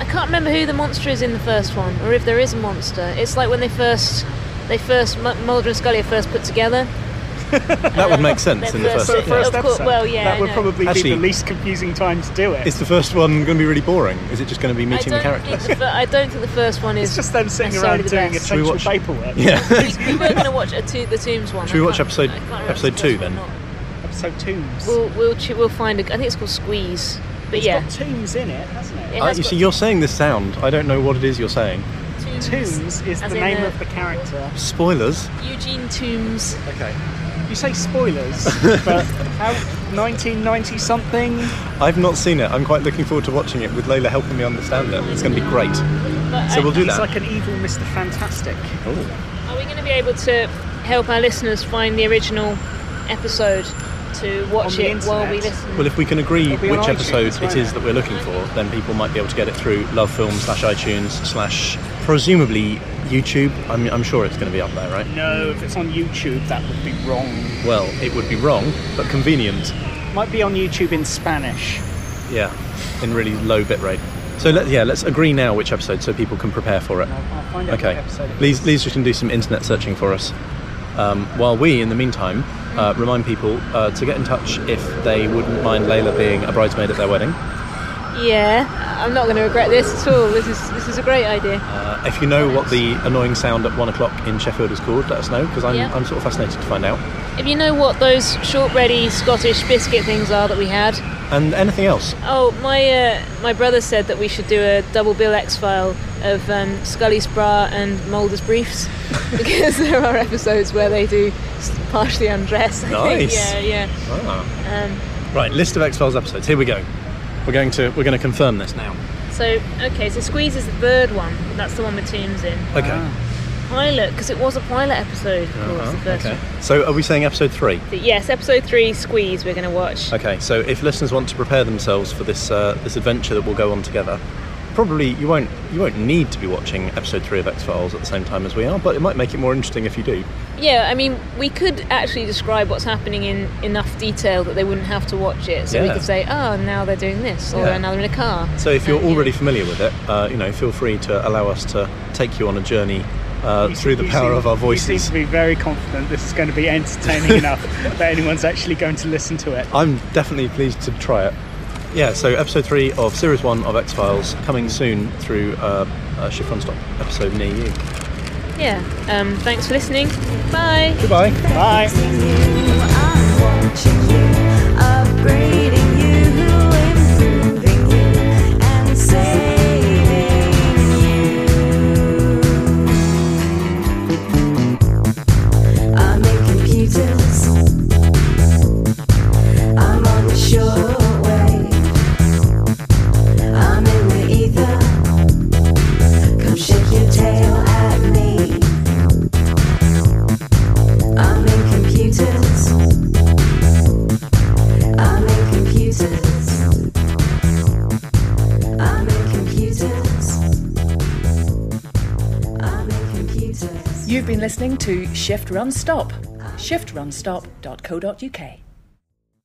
Speaker 4: I can't remember who the monster is in the first one, or if there is a monster. It's like when they first, they first M- Mulder and Scully are first put together.
Speaker 2: That would make sense
Speaker 4: Their
Speaker 2: in the first.
Speaker 4: first-
Speaker 2: episode.
Speaker 4: first- uh, Of course- well, yeah, I
Speaker 5: That would
Speaker 4: know.
Speaker 5: probably
Speaker 2: Actually-
Speaker 5: be the least confusing time to do it.
Speaker 2: Is the first one going to be really boring? Is it just going to be meeting
Speaker 4: I
Speaker 2: the
Speaker 4: don't
Speaker 2: characters?
Speaker 4: Think the, fir- I don't think the first one is.
Speaker 5: It's just them sitting
Speaker 4: necessarily
Speaker 5: around
Speaker 4: the
Speaker 5: doing
Speaker 4: best.
Speaker 2: Should we
Speaker 5: essential
Speaker 2: watch-
Speaker 5: paperwork.
Speaker 2: Yeah.
Speaker 4: we were going to watch a to- the Tombs one.
Speaker 2: Should we
Speaker 4: I
Speaker 2: watch
Speaker 4: can't-
Speaker 2: episode-
Speaker 4: I can't remember
Speaker 2: episode
Speaker 4: if it's the
Speaker 2: two,
Speaker 4: first
Speaker 2: then?
Speaker 4: one or not.
Speaker 5: Episode Tombs.
Speaker 4: We'll we'll, ch- we'll find. A, I think it's called Squeeze. But
Speaker 5: It's
Speaker 4: yeah,
Speaker 5: got Tombs in it, hasn't it?
Speaker 4: It
Speaker 2: Uh,
Speaker 4: has
Speaker 2: you
Speaker 4: got
Speaker 2: see, you're saying this sound. I don't know what it is you're saying.
Speaker 5: Tombs is
Speaker 4: As
Speaker 5: the
Speaker 4: in
Speaker 5: name
Speaker 4: the-
Speaker 5: of the character.
Speaker 2: Spoilers.
Speaker 4: Eugene Tombs.
Speaker 2: Okay.
Speaker 5: You say spoilers, but how 1990 something?
Speaker 2: I've not seen it. I'm quite looking forward to watching it with Layla helping me understand it. It's going to be great.
Speaker 4: But
Speaker 2: So
Speaker 4: I-
Speaker 2: we'll do
Speaker 5: It's
Speaker 2: that.
Speaker 5: like an evil Mr. Fantastic.
Speaker 2: Oh.
Speaker 4: Are we going to be able to help our listeners find the original episode to watch
Speaker 5: On the
Speaker 4: it while we
Speaker 5: internet.
Speaker 4: listen?
Speaker 2: Well, if we can agree
Speaker 5: It'll be on
Speaker 2: which episode
Speaker 5: iTunes,
Speaker 2: it
Speaker 5: won't
Speaker 2: is
Speaker 5: it?
Speaker 2: that we're looking for, then people might be able to get it through Love Film slash iTunes slash presumably YouTube. I'm, I'm sure it's going to be up there, right?
Speaker 5: No, if it's on YouTube, that would be wrong.
Speaker 2: Well, it would be wrong, but convenient.
Speaker 5: Might be on YouTube in Spanish.
Speaker 2: Yeah, in really low bit rate. So let, yeah, let's agree now which episode so people can prepare for it.
Speaker 5: I'll find out what
Speaker 2: Okay,
Speaker 5: episode it
Speaker 2: Lee's,
Speaker 5: is.
Speaker 2: Lee's just going to do some internet searching for us. Um, while we, in the meantime, uh, remind people uh, to get in touch if they wouldn't mind Layla being a bridesmaid at their wedding.
Speaker 4: yeah, I'm not going to regret this at all. This is this is a great idea.
Speaker 2: Uh, if you know what the annoying sound at one o'clock in Sheffield is called, let us know because I'm,
Speaker 4: Yeah.
Speaker 2: I'm sort of fascinated to find out.
Speaker 4: If you know what those short, ready Scottish biscuit things are that we had,
Speaker 2: And anything else?
Speaker 4: oh my uh, my brother said that we should do a double bill X file of um, Scully's bra and Mulder's briefs because there are episodes where they do s- partially undress. I think.
Speaker 2: Nice.
Speaker 4: Yeah,
Speaker 2: Ah.
Speaker 4: yeah. Um,
Speaker 2: Right, list of X Files episodes. Here we go. We're going to we're going to confirm this now.
Speaker 4: So okay, so Squeeze is the third one. That's the one with Tombs in.
Speaker 2: Okay.
Speaker 4: Pilot, because it was a pilot episode, of course, the
Speaker 2: Uh-huh,
Speaker 4: first
Speaker 2: okay.
Speaker 4: one.
Speaker 2: So are we saying episode three?
Speaker 4: But yes, episode three, Squeeze, we're going to watch.
Speaker 2: Okay, so if listeners want to prepare themselves for this uh, this adventure that we'll go on together, probably you won't you won't need to be watching episode three of X Files at the same time as we are, but it might make it more interesting if you do.
Speaker 4: Yeah, I mean, we could actually describe what's happening in enough detail that they wouldn't have to watch it. So we
Speaker 2: Yeah.
Speaker 4: could say, oh, now they're doing this, or
Speaker 2: Yeah.
Speaker 4: now they're in a car.
Speaker 2: So if you're
Speaker 4: Um, yeah.
Speaker 2: already familiar with it, uh, you know, feel free to allow us to take you on a journey uh,
Speaker 5: You
Speaker 2: through
Speaker 5: seem-
Speaker 2: the
Speaker 5: you
Speaker 2: power
Speaker 5: seem-
Speaker 2: of our
Speaker 5: You
Speaker 2: voices.
Speaker 5: seem to be very confident this is going to be entertaining enough that anyone's actually going to listen to it.
Speaker 2: I'm definitely pleased to try it. Yeah, so episode three of series one of X Files coming soon through uh, uh, Chiffon Stop episode near you.
Speaker 4: Yeah. Um, thanks for listening. Bye.
Speaker 2: Goodbye.
Speaker 5: Bye.
Speaker 8: I'm on the shortwave. I'm in the ether. Come shake your tail at me. I'm in computers. I'm in computers. You've been listening to Shift Run Stop, shiftrunstop.co.uk.